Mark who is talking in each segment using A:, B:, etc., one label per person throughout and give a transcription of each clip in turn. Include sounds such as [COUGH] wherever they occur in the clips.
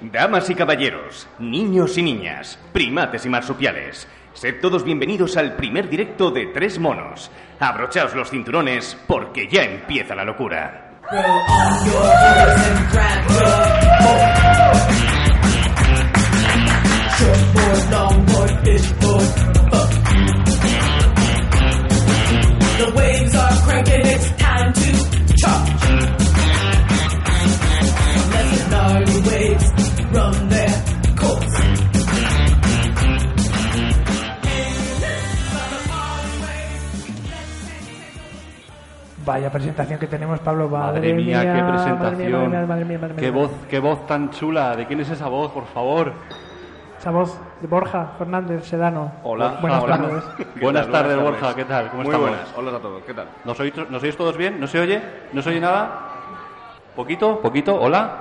A: Damas y caballeros, niños y niñas, primates y marsupiales, sed todos bienvenidos al primer directo de Tres Monos. Abrochaos los cinturones porque ya empieza la locura.
B: The waves are cranking, it's time to chop. Let the gnarly waves run their course.
C: Vaya presentación que tenemos, Pablo.
D: Madre mía, qué presentación.
C: Madre mía, madre mía, madre mía, madre mía.
D: Qué voz, qué voz tan chula. ¿De quién es esa voz, por favor?
C: Esa voz de Borja Fernández Sedano.
D: Hola,
C: Buenas
D: hola.
C: tardes.
D: [LAUGHS] Buenas
A: ¿Qué tal?
D: tardes,
A: Buenas
D: Borja. ¿Qué tal? ¿Cómo
A: Muy
D: estamos?
A: buenas, hola a todos, ¿qué tal?
D: ¿Nos oís, nos oís todos bien? ¿No se oye? ¿No se oye nada? ¿Poquito? ¿Poquito? ¿Hola?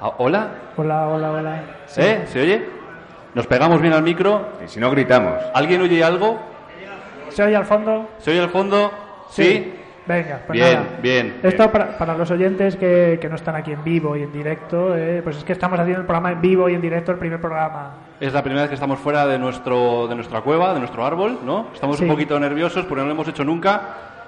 D: Ah, ¿Hola?
C: Hola, hola, hola. Sí.
D: ¿Eh? ¿Se oye? ¿Nos pegamos bien al micro?
A: Y si no gritamos,
D: ¿Alguien oye algo?
C: ¿Se oye al fondo?
D: ¿Se oye al fondo?
C: Venga, pues
D: Bien,
C: nada.
D: bien,
C: Esto para, para los oyentes que, que no están aquí en vivo y en directo, eh, pues es que estamos haciendo el programa en vivo y en directo, el primer programa.
D: Es la primera vez que estamos fuera de nuestro de nuestra cueva, de nuestro árbol, ¿no? Estamos
C: Sí.
D: un poquito nerviosos porque no lo hemos hecho nunca.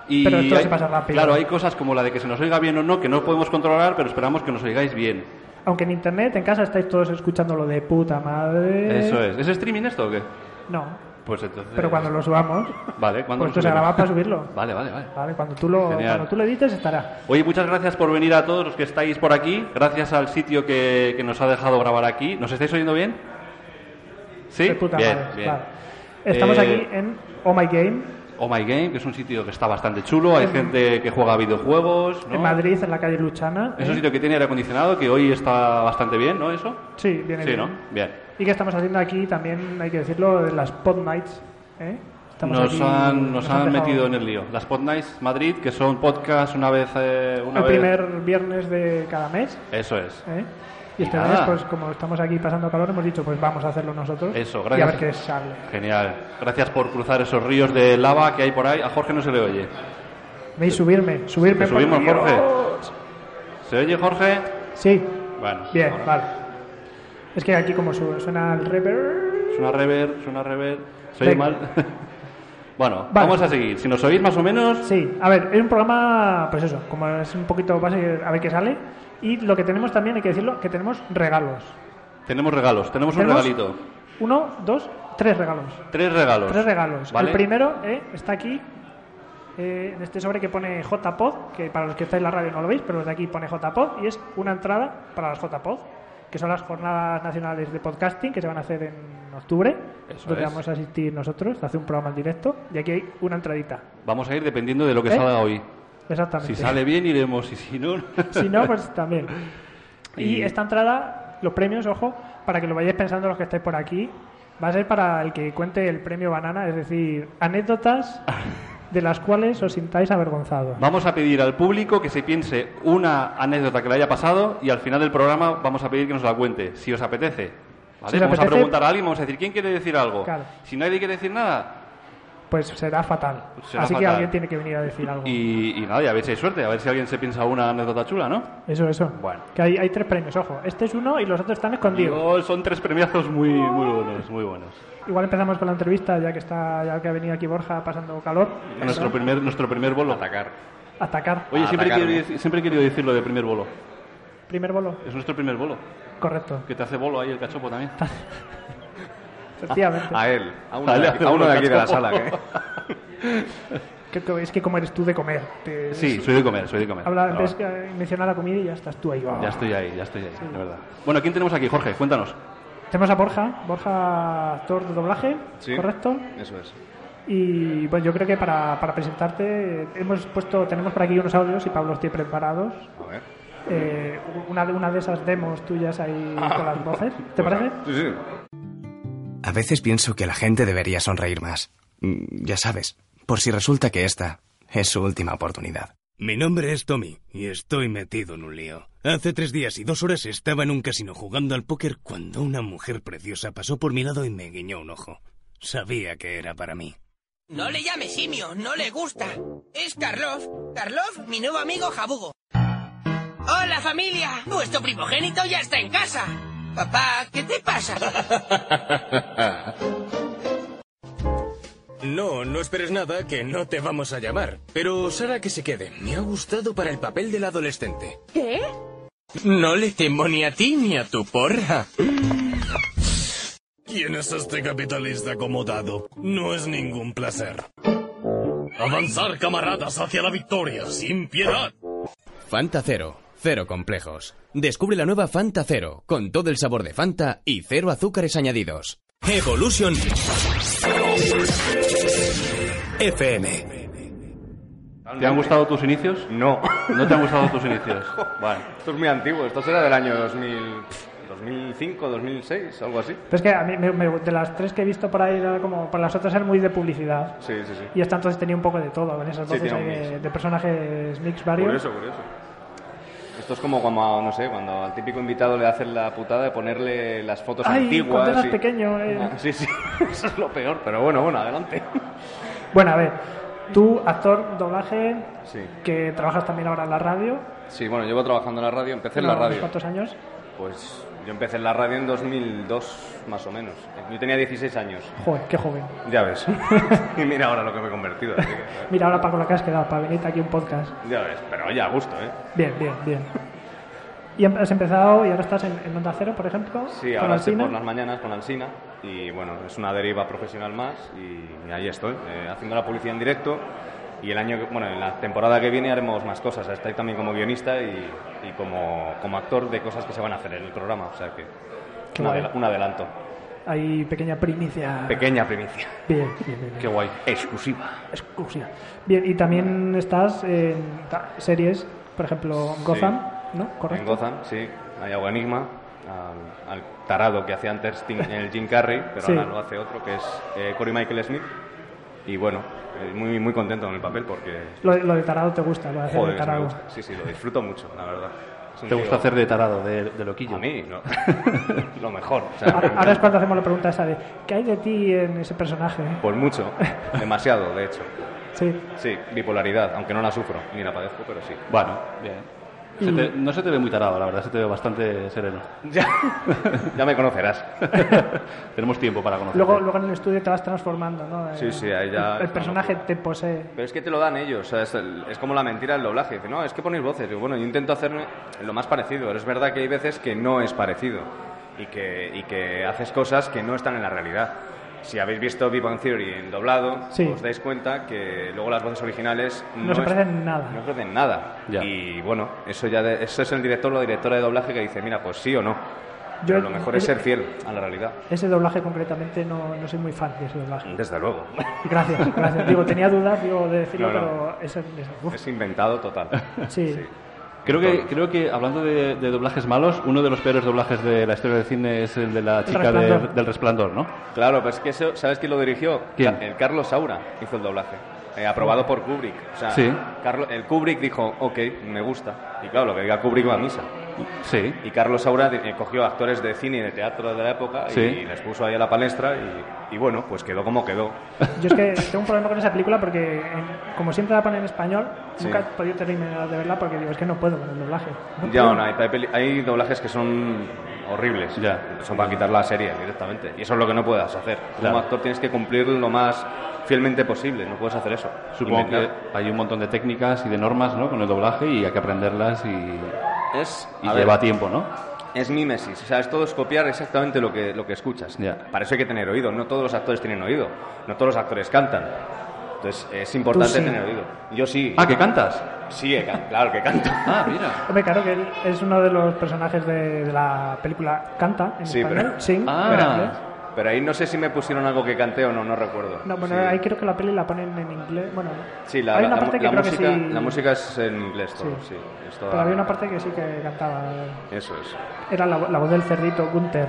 D: Y
C: Pero esto
D: hay-
C: se pasa rápido.
D: Claro, hay cosas como la de que se nos oiga bien o no que no podemos controlar, pero esperamos que nos oigáis bien.
C: Aunque en internet, en casa, estáis todos escuchando lo de puta madre.
D: Eso es. ¿Es streaming esto o qué?
C: No,
D: Pues entonces.
C: pero cuando lo subamos,
D: Vale, cuando
C: pues esto se graba para subirlo.
D: [LAUGHS] Vale, vale, vale.
C: Vale, cuando tú lo,
D: Genial.
C: cuando tú lo edites estará.
D: Oye, muchas gracias por venir a todos los que estáis por aquí. Gracias al sitio que, que nos ha dejado grabar aquí. ¿Nos estáis oyendo bien? Sí.
C: De puta
D: bien,
C: madre.
D: bien.
C: Vale. Estamos
D: Eh,
C: aquí en Oh My Game,
D: Oh My Game, que es un sitio que está bastante chulo. Hay gente que juega a videojuegos. ¿no?
C: en Madrid, en la calle Luchana.
D: Es un sitio que tiene aire acondicionado, que hoy está bastante bien, ¿no? Eso.
C: Sí, viene
D: Sí,
C: bien.
D: ¿no? Bien.
C: Y que estamos haciendo aquí también, hay que decirlo, de las Pod Nights. ¿eh? Estamos
D: Nos
C: aquí-
D: han, nos han
C: dejado-
D: metido en el lío. Las Pod Nights Madrid, que son podcasts una vez. eh, una
C: el
D: vez...
C: primer viernes de cada mes.
D: Eso es.
C: ¿eh? Y
D: Y
C: este
D: nada.
C: mes, pues como estamos aquí pasando calor, hemos dicho, pues vamos a hacerlo nosotros.
D: Eso,
C: Y a
D: gracias.
C: ver qué sale.
D: Genial. Gracias por cruzar esos ríos de lava que hay por ahí. A Jorge no se le oye.
C: Veis, subirme, subirme.
D: Te
C: por
D: subimos,
C: Dios.
D: Jorge. ¿Se oye, Jorge?
C: Sí,
D: Bueno.
C: bien,
D: ahora-
C: vale. Es que aquí como su- suena el reverb...
D: Suena rever, suena rever. ¿Se oye
C: Venga.
D: mal? [LAUGHS] bueno,
C: Vale.
D: vamos a seguir. Si nos oís más o menos,
C: Sí, a ver, es un programa, pues eso, como es un poquito base, a ver qué sale. Y lo que tenemos también, hay que decirlo, que tenemos regalos.
D: tenemos regalos. Tenemos,
C: Tenemos
D: un regalito.
C: Uno, dos, tres regalos.
D: Tres regalos.
C: Tres regalos.
D: ¿Vale?
C: El primero eh, está aquí, eh, en este sobre que pone JPod, que para los que estáis en la radio no lo veis, pero desde aquí pone JPod, y es una entrada para las JPod, que son las jornadas nacionales de podcasting que se van a hacer en octubre,
D: Eso
C: donde
D: es.
C: vamos a asistir nosotros, hace un programa en directo, y aquí hay una entradita.
D: Vamos a ir dependiendo de lo que
C: ¿Eh?
D: salga hoy.
C: Exactamente.
D: Si sale bien, iremos. Y si no.
C: Si no, pues
D: [LAUGHS]
C: también. Y
D: Y-
C: esta entrada, los premios, ojo, para que lo vayáis pensando los que estáis por aquí, va a ser para el que cuente el premio banana, es decir,
D: [LAUGHS]
C: anécdotas de las cuales os sintáis avergonzados.
D: Vamos a pedir al público que se piense una anécdota que le haya pasado y al final del programa vamos a pedir que nos la cuente, si os apetece. ¿vale?
C: Si os
D: vamos
C: apetece-
D: a preguntar a alguien, vamos a decir, ¿quién quiere decir algo?
C: Claro.
D: Si nadie quiere decir nada,
C: Pues será fatal.
D: Será
C: Así que
D: fatal.
C: alguien tiene que venir a decir algo.
D: y, y nada, y a ver si hay suerte, a ver si alguien se piensa una anécdota chula, ¿no?
C: Eso, eso.
D: Bueno.
C: Que hay, hay tres premios, ojo. Este es uno y los otros están escondidos.
D: Oh, son tres premiazos muy, muy buenos, muy buenos.
C: Igual empezamos con la entrevista, ya que está, ya que ha venido aquí Borja pasando calor.
D: Nuestro primer, nuestro primer bolo. Atacar.
C: Atacar.
D: Oye,
A: A
D: siempre,
A: atacar,
D: quiero
A: ¿no?
D: deci- siempre he querido decir lo de primer bolo.
C: Primer bolo.
D: Es nuestro primer bolo.
C: Correcto.
D: Que te hace bolo ahí el cachopo también.
C: Efectivamente.
D: Ah,
A: a él, a uno,
D: Dale,
A: de, aquí,
D: hace
A: a uno de aquí de la
D: cachopo.
A: sala, ¿eh?
C: Que- que- Es que como eres tú de comer. te-
D: ah. Sí, soy de comer, soy de comer.
A: Ah,
C: Habla,
D: Pero
C: ves
D: bueno.
C: que eh, menciona la comida y ya estás tú ahí. Oh.
D: Ya estoy ahí, ya estoy ahí, de verdad. Bueno, ¿quién tenemos aquí? Jorge, cuéntanos.
C: Tenemos a Borja, Borja, actor de doblaje,
A: Sí.
C: correcto.
A: Eso es.
C: Y bueno, yo creo que para, para presentarte eh, hemos puesto, tenemos por aquí unos audios y Pablo los tiene preparados.
A: A ver.
C: Eh, una, de- una de esas demos tuyas ahí con
A: [LAUGHS]
C: las voces, ¿te
A: Ah. Pues,
C: parece?
A: Sí, sí.
E: A veces pienso que la gente debería sonreír más. Mm, Ya sabes, por si resulta que esta es su última oportunidad.
F: Mi nombre es Tommy y estoy metido en un lío. Hace tres días y dos horas estaba en un casino jugando al póker cuando una mujer preciosa pasó por mi lado y me guiñó un ojo. Sabía que era para mí.
G: No le llame simio, no le gusta. Es Karlov. Karlov, mi nuevo amigo jabugo. ¡Hola familia! Vuestro primogénito ya está en casa. Papá, ¿qué te pasa?
F: No, no esperes nada, que no te vamos a llamar. Pero Sara que se quede. Me ha gustado para el papel del adolescente.
H: ¿Qué?
F: No le temo ni a ti ni a tu porra. ¿Quién es este capitalista acomodado? No es ningún placer. Avanzar, camaradas, hacia la victoria, sin piedad.
I: Fanta Cero. Cero complejos. Descubre la nueva Fanta Cero, con todo el sabor de Fanta y cero azúcares añadidos. Evolution FM.
D: ¿Te han gustado tus inicios?
A: No.
D: ¿No te han gustado
A: [LAUGHS]
D: tus inicios? Vale.
A: Esto es muy antiguo. Esto será del año 2000, 2005, 2006, algo así.
C: Pero es que a mí, me- me- de las tres que he visto por ahí, era como por las otras eran muy de publicidad.
A: Sí, sí, sí.
C: Y esta entonces tenía un poco de todo, en esas
A: Sí,
C: voces
A: tiene
C: ahí
A: un
C: de,
A: mix.
C: de personajes mix varios.
A: Por eso, por eso. Esto es como cuando, no sé, cuando al típico invitado le hacen la putada de ponerle las fotos
C: Ay,
A: antiguas.
C: cuando eras
A: y-
C: pequeño, eh.
A: Ah, Sí, [LAUGHS] sí, eso es lo peor, pero bueno, bueno, adelante.
C: Bueno, a ver, tú, actor, doblaje,
A: Sí.
C: que trabajas también ahora en la radio.
A: Sí, bueno, llevo trabajando en la radio, empecé en la
C: ¿no? ¿Unos
A: radio.
C: ¿Cuántos años?
A: Pues yo empecé en la radio en 2002, más o menos. Yo tenía 16 años.
C: Joder, qué joven.
A: Ya ves. [LAUGHS] y mira ahora lo que me he convertido. así que,
C: Mira ahora para con lo que has quedado, para venirte aquí a un podcast.
A: ya ves, pero ya a gusto, ¿eh?
C: Bien, bien, bien. Y em- has empezado y ahora estás en, en Onda Cero, por ejemplo.
A: Sí,
C: con
A: ahora estoy
C: Alsina.
A: por las mañanas con Alsina y bueno, es una deriva profesional más y ahí estoy, eh, haciendo la publicidad en directo y el año, que- bueno, en la temporada que viene haremos más cosas, estoy también como guionista y, y como, como actor de cosas que se van a hacer en el programa, o sea que
C: Qué
A: un,
C: guay.
A: adela- un adelanto,
C: Hay pequeña primicia.
A: pequeña primicia,
C: Bien, bien, bien.
A: qué guay, exclusiva.
C: Exclusiva. Bien, y también estás en ta- series, por ejemplo, Gotham, ¿no? Correcto.
A: En Gotham, sí, hay agua enigma. Al, al tarado que hacía antes
C: [LAUGHS]
A: Tim- el Jim Carrey, pero
C: Sí.
A: ahora lo hace otro, que es eh, Corey Michael Smith. Y bueno, eh, muy, muy contento con el papel porque.
C: Lo, de- lo de Tarado te gusta, lo de hacer
A: Joder,
C: de
A: sí me
C: Tarado.
A: gusta. Sí, sí, lo disfruto mucho, la verdad. Es un
D: ¿Te
A: tío-
D: gusta hacer de tarado, de, de loquillo?
A: A mí,
D: [LAUGHS]
A: no. lo mejor. o sea,
C: Ahora ahora es cuando hacemos la pregunta esa de ¿qué hay de ti en ese personaje? ¿eh?
A: Por mucho, demasiado, de hecho.
C: Sí.
A: Sí, bipolaridad, aunque no la sufro ni la padezco, pero sí.
D: Bueno, Ah, bien. Se te- no se te ve muy tarado, la verdad, se te ve bastante sereno. [LAUGHS]
A: Ya, ya me conocerás.
D: Tenemos tiempo para conocer.
C: Luego, luego en el estudio te vas transformando, ¿no?
A: Sí,
C: Eh,
A: sí, ahí ya
C: El,
A: es
C: el
A: una
C: personaje
A: locura.
C: te posee.
A: Pero es que te lo dan ellos, o sea, es, el- es como la mentira del doblaje. Dice, no, es que ponéis voces. Digo, bueno, yo intento hacerme lo más parecido, pero es verdad que hay veces que no es parecido y que, y que haces cosas que no están en la realidad. Si habéis visto Big Bang Theory en doblado,
C: Sí.
A: os dais cuenta que luego las voces originales
C: No se
A: es-
C: parecen nada.
A: No se parecen nada.
D: Ya.
A: Y bueno, eso ya de- eso es el director o la directora de doblaje que dice, mira, pues sí o no.
C: Yo-
A: Pero lo mejor es
C: yo-
A: ser fiel a la realidad.
C: Ese doblaje concretamente no, no soy muy fan de ese doblaje.
A: Desde luego. [LAUGHS]
C: Gracias, gracias. Digo, tenía dudas, digo, de decirlo,
A: No, no.
C: pero ese, ese- uf.
A: es inventado total.
C: Sí.
D: Creo que, creo que hablando de, de doblajes malos, uno de los peores doblajes de la historia del cine es el de la chica de-
C: Resplandor.
D: del resplandor, ¿no?
A: Claro, pero es que eso, ¿sabes quién lo dirigió?
D: ¿Quién?
A: Ca- El Carlos Saura hizo el doblaje. eh, aprobado por Kubrick. O sea,
D: Sí.
A: Carlo- el Kubrick dijo, ok, me gusta. Y claro, lo que diga Kubrick va a misa.
D: Sí.
A: Y Carlos Saura di- eh, cogió actores de cine y de teatro de la época
D: Sí.
A: y les puso ahí a la palestra y, y bueno, pues quedó como quedó.
C: Yo es que tengo un problema con esa película porque, en- como siempre la ponen en español,
A: Sí.
C: nunca he podido terminar de verla porque digo, es que no puedo con el doblaje. No
A: Ya,
C: puedo.
A: no, hay, hay peli- hay doblajes que son horribles.
D: Ya.
A: Son para quitar la serie directamente. Y eso es lo que no puedas hacer.
D: Claro.
A: Como actor tienes que cumplir lo más fielmente posible. No puedes hacer eso.
D: Supongo
A: Inventar.
D: que hay un montón de técnicas y de normas, ¿no? Con el doblaje y hay que aprenderlas y, y
A: es ver,
D: lleva tiempo, ¿no?
A: Es mímesis, o sea, es todo es copiar exactamente lo que, lo que escuchas.
D: Ya.
A: Para eso hay que tener oído, no todos los actores tienen oído, no todos los actores cantan. Entonces es importante
C: sí.
A: tener oído. Yo sí,
D: Ah, que cantas.
A: sí, he can- claro que canto.
D: Ah, mira.
C: Hombre, claro que él es uno de los personajes de, de la película Canta en
A: Sí,
C: español.
A: pero-
C: Sing,
D: Ah.
C: en inglés.
A: Pero ahí no sé si me pusieron algo que cante o no, no recuerdo.
C: No, bueno,
A: Sí.
C: ahí creo que la peli la ponen en inglés. Bueno,
A: Sí, la,
C: hay
A: la-
C: una
A: la
C: parte
A: mu-
C: que
A: la
C: creo que
A: música,
C: sí.
A: la música es en inglés todo,
C: Sí.
A: sí. es toda-
C: Pero había una parte que sí que cantaba.
A: Eso es.
C: Era la, la voz del cerdito Gunther.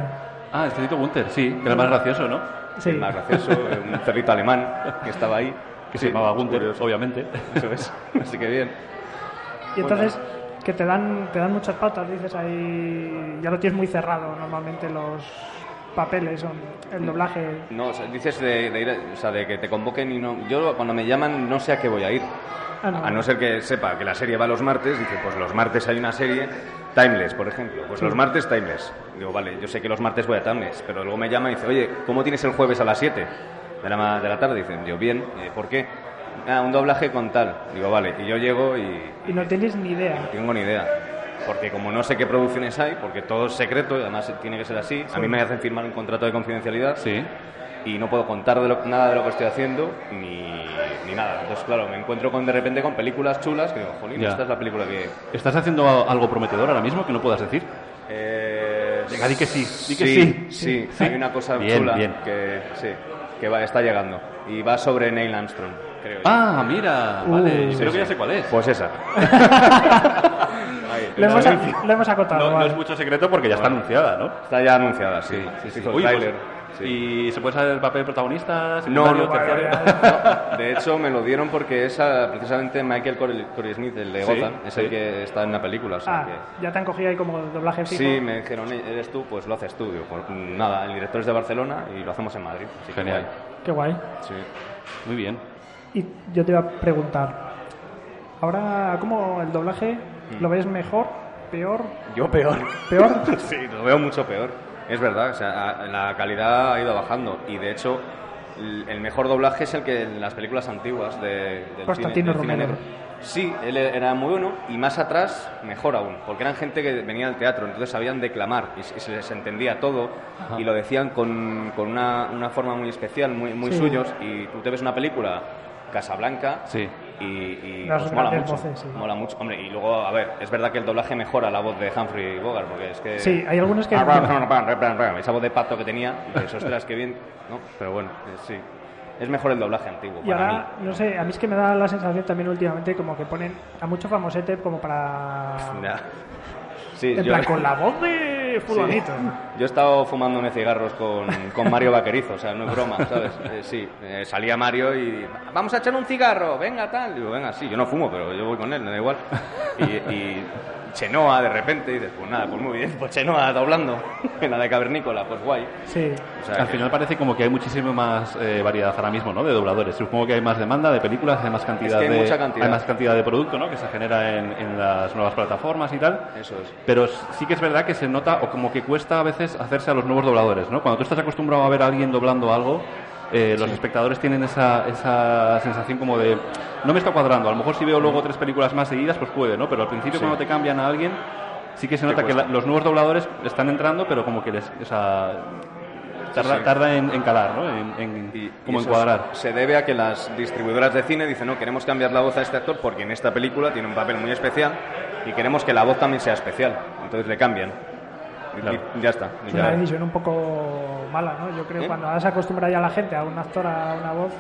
D: Ah, el Cerdito Gunther, sí, que era el más gracioso, ¿no?
C: Sí.
A: El más gracioso, eh, un cerrito alemán que estaba ahí.
D: Que se
A: Sí,
D: llamaba
A: es
D: Gunther,
A: curioso.
D: obviamente.
A: Eso es. Así que bien.
C: Y entonces, que te dan, te dan muchas pautas, dices ahí. Ya lo tienes muy cerrado normalmente los papeles, son el doblaje.
A: No, o sea, dices de, de ir, a- o sea, de que te convoquen y no. Yo cuando me llaman no sé a qué voy a ir.
C: Ah, no.
A: A no ser que sepa que la serie va los martes, dice, pues los martes hay una serie Timeless, por ejemplo. Pues los martes, Timeless. Digo, vale, yo sé que los martes voy a Timeless, pero luego me llama y dice, oye, ¿cómo tienes el jueves a las 7 de la, ma- de la tarde? Dicen, yo, bien, eh, ¿por qué? Ah, un doblaje con tal. Digo, vale, y yo llego y,
C: Y no tienes ni
A: no
C: idea.
A: tengo ni idea. Porque como no sé qué producciones hay, porque todo es secreto, y además tiene que ser así, a mí me hacen firmar un contrato de confidencialidad
D: Sí.
A: y no puedo contar de lo- nada de lo que estoy haciendo ni, ni nada. Entonces, claro, me encuentro con, de repente con películas chulas que digo, jolín,
D: Ya.
A: esta es la película que...
D: ¿Estás haciendo a- algo prometedor ahora mismo que no puedas decir?
A: Eh,
D: Venga, di que sí, di que sí.
A: sí, sí,
D: Sí.
A: hay una cosa
D: Bien,
A: chula
D: bien.
A: que, sí, que va, está llegando y va sobre Neil Armstrong, creo yo.
D: Ah, mira, vale.
A: Sí,
D: Creo
A: sí.
D: que ya sé cuál es.
A: Pues esa. Ahí,
C: Lo hemos,
A: está-
C: lo hemos acotado.
D: no, no
C: Ah, vale.
D: es mucho secreto porque ya está anunciada, ¿no?
A: Está ya anunciada, sí. Se hizo el
D: Uy, pues,
A: tráiler, sí.
D: ¿Y se puede saber el papel protagonista?
A: No,
D: secundario,
A: no,
D: terciario? [LAUGHS]
A: no. De hecho, me lo dieron porque esa, precisamente Michael Cor- Corey-Smith, el de
D: Sí,
A: Gotham, es el
D: sí.
A: que está en la película. o sea
C: Ah,
A: que-
C: ya te han cogido ahí como doblaje fijo.
A: Sí, me dijeron, "Eh, eres tú, pues lo haces tú. Digo, "Pues, nada, el director es de Barcelona y lo hacemos en Madrid. así que
D: Genial.
C: Qué guay.
A: guay. Sí.
D: Muy bien.
C: Y yo te iba a preguntar, ahora, ¿cómo el doblaje
A: Mm.
C: lo ves mejor, peor,
A: Yo peor. [LAUGHS]
C: peor?
A: sí, lo veo mucho peor. Es verdad, o sea, a- la calidad ha ido bajando y de hecho l- el mejor doblaje es el que en las películas antiguas de, del
C: Constantino
A: cine- del cine
C: Romero.
A: negro. Sí, él era muy bueno y más atrás mejor aún, porque eran gente que venía del teatro, entonces sabían declamar y, se- se les entendía todo y lo decían con, con una, una forma muy especial, muy, muy
C: Sí.
A: suyos y tú te ves una película Casablanca
D: Sí.
A: y, y,
C: Las
A: pues, mola
C: grandes
A: mucho,
C: voces, sí.
A: mola mucho. Hombre, y luego, a ver, es verdad que el doblaje mejora la voz de Humphrey Bogart, porque es que...
C: Sí, hay algunos que-
A: Ah, bra, bra, bra, bra, bra, bra, Esa voz de pato que tenía, y dices, ostras, qué bien, ¿no? Pero bueno, eh, sí. Es mejor el doblaje antiguo,
C: Y
A: para
C: ahora, no sé, a mí es que me da la sensación también últimamente como que ponen a mucho famosete como
A: mí. [LAUGHS]
C: para...
A: Ya. Sí,
C: En
A: yo, [LAUGHS]
C: plan, con la voz de fulanito.
A: yo he estado fumándome cigarros con, con Mario Vaquerizo, o sea, no es broma, ¿sabes? Eh, sí, eh, salía Mario y... ¡Vamos a echar un cigarro! ¡Venga, tal! Digo, venga, sí, yo no fumo, pero yo voy con él, me da igual. Y, y Chenoa, de repente, y dices, pues nada, pues muy bien, pues Chenoa doblando en la de Cavernícola, pues guay.
C: Sí,
A: O sea,
D: Al
A: que-
D: final parece como que hay muchísima más eh, variedad ahora mismo, ¿no? De dobladores. Supongo que hay más demanda de películas, hay más cantidad,
A: Es que hay
D: de,
A: mucha cantidad.
D: hay más cantidad de producto, ¿no? Que se genera en, en las nuevas plataformas y tal.
A: Eso es.
D: Pero sí que es verdad que se nota, o como que cuesta a veces hacerse a los nuevos dobladores, ¿no? Cuando tú estás acostumbrado a ver a alguien doblando algo, eh, los espectadores tienen esa, esa sensación como de, no me está cuadrando, a lo mejor si veo
A: Mm.
D: luego tres películas más seguidas, pues puede, ¿no? Pero al principio cuando te cambian a alguien, sí que se nota que
A: cuesta.
D: la- los nuevos dobladores están entrando, pero como que les... o sea, tarda
A: sí.
D: tarda en, en calar, ¿no? En, en-
A: Y-
D: como
A: y eso
D: encuadrar.
A: es- Se debe a que las distribuidoras de cine dicen, no, queremos cambiar la voz a este actor porque en esta película tiene un papel muy especial y queremos que la voz también sea especial. Entonces le cambian. Y-
D: Claro.
A: y ya está.
C: es
A: Ya.
C: una decisión un poco mala, ¿no? Yo creo
A: ¿Eh?
C: que cuando ahora se acostumbra ya la gente a un actor, a una voz,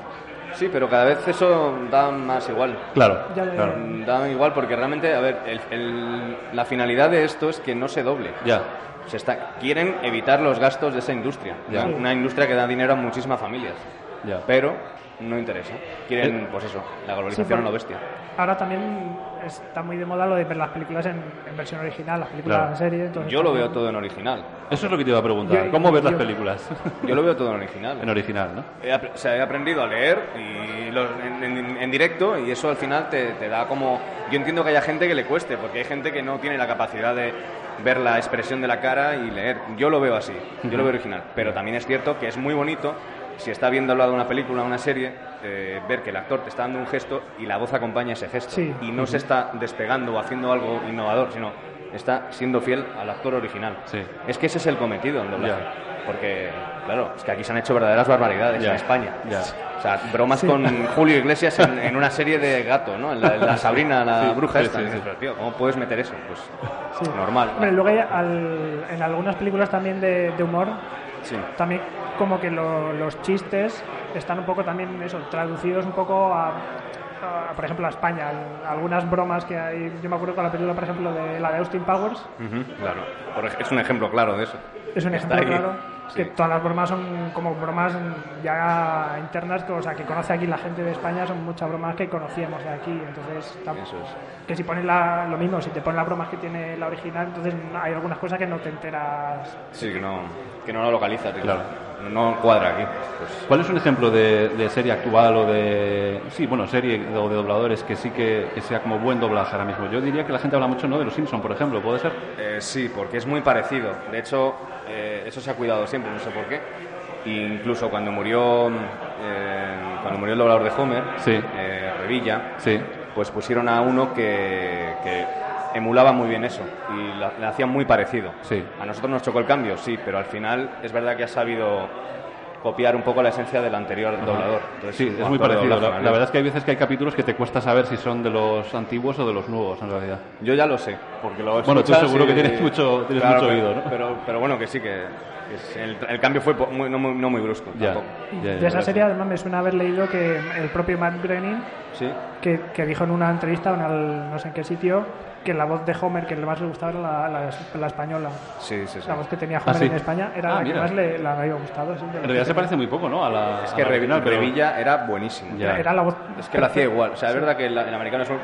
A: Sí, pero cada vez eso da más igual.
D: Claro,
C: Ya, ya,
D: claro.
A: Mm, Da igual porque realmente, a ver, el- el- la finalidad de esto es que no se doble.
D: Ya.
A: Se está, quieren evitar los gastos de esa industria.
D: Ya.
A: Una, una industria que da dinero a muchísimas familias.
D: Ya.
A: Pero no interesa. Quieren,
D: Eh.
A: pues eso, la globalización
C: porque-
A: a lo bestia.
C: ahora también está muy de moda lo de ver las películas en, en versión original, las películas
D: Claro.
C: en serie. entonces
A: Yo lo
C: también-
A: veo todo en original.
D: Eso es lo que te iba a preguntar.
C: Yo-
D: ¿Cómo ves las
C: yo-
D: películas? [LAUGHS]
A: Yo lo veo todo en original.
D: en original, ¿no?
A: He, ap- o sea, he aprendido a leer y lo- en, en- en directo y eso al final te, te da como... Yo entiendo que haya gente que le cueste, porque hay gente que no tiene la capacidad de ver la expresión de la cara y leer. Yo lo veo así, yo lo veo original. Pero también es cierto que es muy bonito, si está viendo al lado una película, una serie, eh, ver que el actor te está dando un gesto y la voz acompaña ese gesto.
C: Sí.
A: Y no se está despegando o haciendo algo innovador, sino está siendo fiel al actor original.
D: Sí.
A: Es que ese es el cometido del doblaje.
D: Ya.
A: Porque, claro, es que aquí se han hecho verdaderas barbaridades
D: Ya,
A: en España.
D: ya.
A: O sea, bromas con Julio Iglesias en, en una serie de gato, ¿no? En la, en la Sabrina, la
D: Sí,
A: bruja
D: sí,
A: esta.
D: sí,
A: Y dices,
D: sí.
A: "Pero, tío, ¿Cómo puedes meter eso? Pues
C: Sí.
A: normal.
C: Hombre, luego hay al- en algunas películas también de, de humor,
A: Sí.
C: también como que lo- los chistes están un poco también eso, traducidos un poco a, a, por ejemplo, a España. Al- Algunas bromas que hay, yo me acuerdo con la película, por ejemplo, de la de Austin Powers,
A: Ujú, claro. Por ej- es un ejemplo claro de eso.
C: es un
A: Está
C: ejemplo
A: ahí.
C: claro.
A: Sí.
C: Que todas las bromas son como bromas ya internas, que, o sea, que conoce aquí la gente de España, son muchas bromas que conocíamos de aquí. Entonces, tam-
A: Eso es.
C: que si ponen la, lo mismo, si te ponen las bromas que tiene la original, entonces hay algunas cosas que no te enteras
A: Sí, que no, que no lo localizas. tío.
D: Claro.
H: no cuadra aquí. Pues,
D: ¿Cuál es un ejemplo de, de serie actual o de. Sí, bueno, serie o de dobladores que sí que, que sea como buen doblaje ahora mismo? Yo diría que la gente habla mucho, ¿no? De los Simpson, por ejemplo, ¿puede ser?
H: eh, sí, porque es muy parecido. De hecho, eh, eso se ha cuidado siempre, no sé por qué. Incluso cuando murió, eh, cuando murió el doblador de Homer,
D: Sí.
H: eh, Revilla,
D: Sí.
H: pues pusieron a uno que, que emulaba muy bien eso y la- le hacían muy parecido.
D: Sí.
H: A nosotros nos chocó el cambio, sí, pero al final es verdad que ha sabido copiar un poco la esencia del anterior doblador. Entonces,
D: Sí,
H: un
D: es muy
H: actor de
D: parecido.
H: Pues doblaje,
D: La, la
H: ¿no?
D: verdad es que hay veces que hay capítulos que te cuesta saber si son de los antiguos o de los nuevos, en realidad.
H: Yo ya lo sé, porque lo
D: Bueno, tú
H: escuchas
D: seguro
H: y-
D: que tienes mucho- tienes
H: Pues Claro,
D: mucho
H: pero-
D: oído, ¿no?
H: Pero, pero bueno, que sí, que, que es- el, el cambio fue po- muy- no, muy, no muy brusco
D: Ya.
H: tampoco.
D: ya,
C: De
D: ya,
C: esa
D: ya.
C: serie, además, me suena haber leído que el propio Matt Groening,
H: Sí,
C: que, que dijo en una entrevista, en el- no sé en qué sitio, que la voz de Homer que le más le gustaba era la, la- la española.
H: sí, sí. sí.
C: La voz que tenía
D: Ah,
C: Homer
D: sí.
C: en España era
D: Ah,
C: la que
D: mira.
C: más le la había gustado. sí, de las
D: En realidad
C: que
D: se
C: tenía.
D: parece muy poco, ¿no? A la,
H: Es
D: a
H: que
D: la
H: Revi-
D: original, pero-
H: Revilla era buenísimo.
D: Ya.
C: Era la voz.
H: Es que lo hacía igual. O sea, es verdad que el, el americano es un...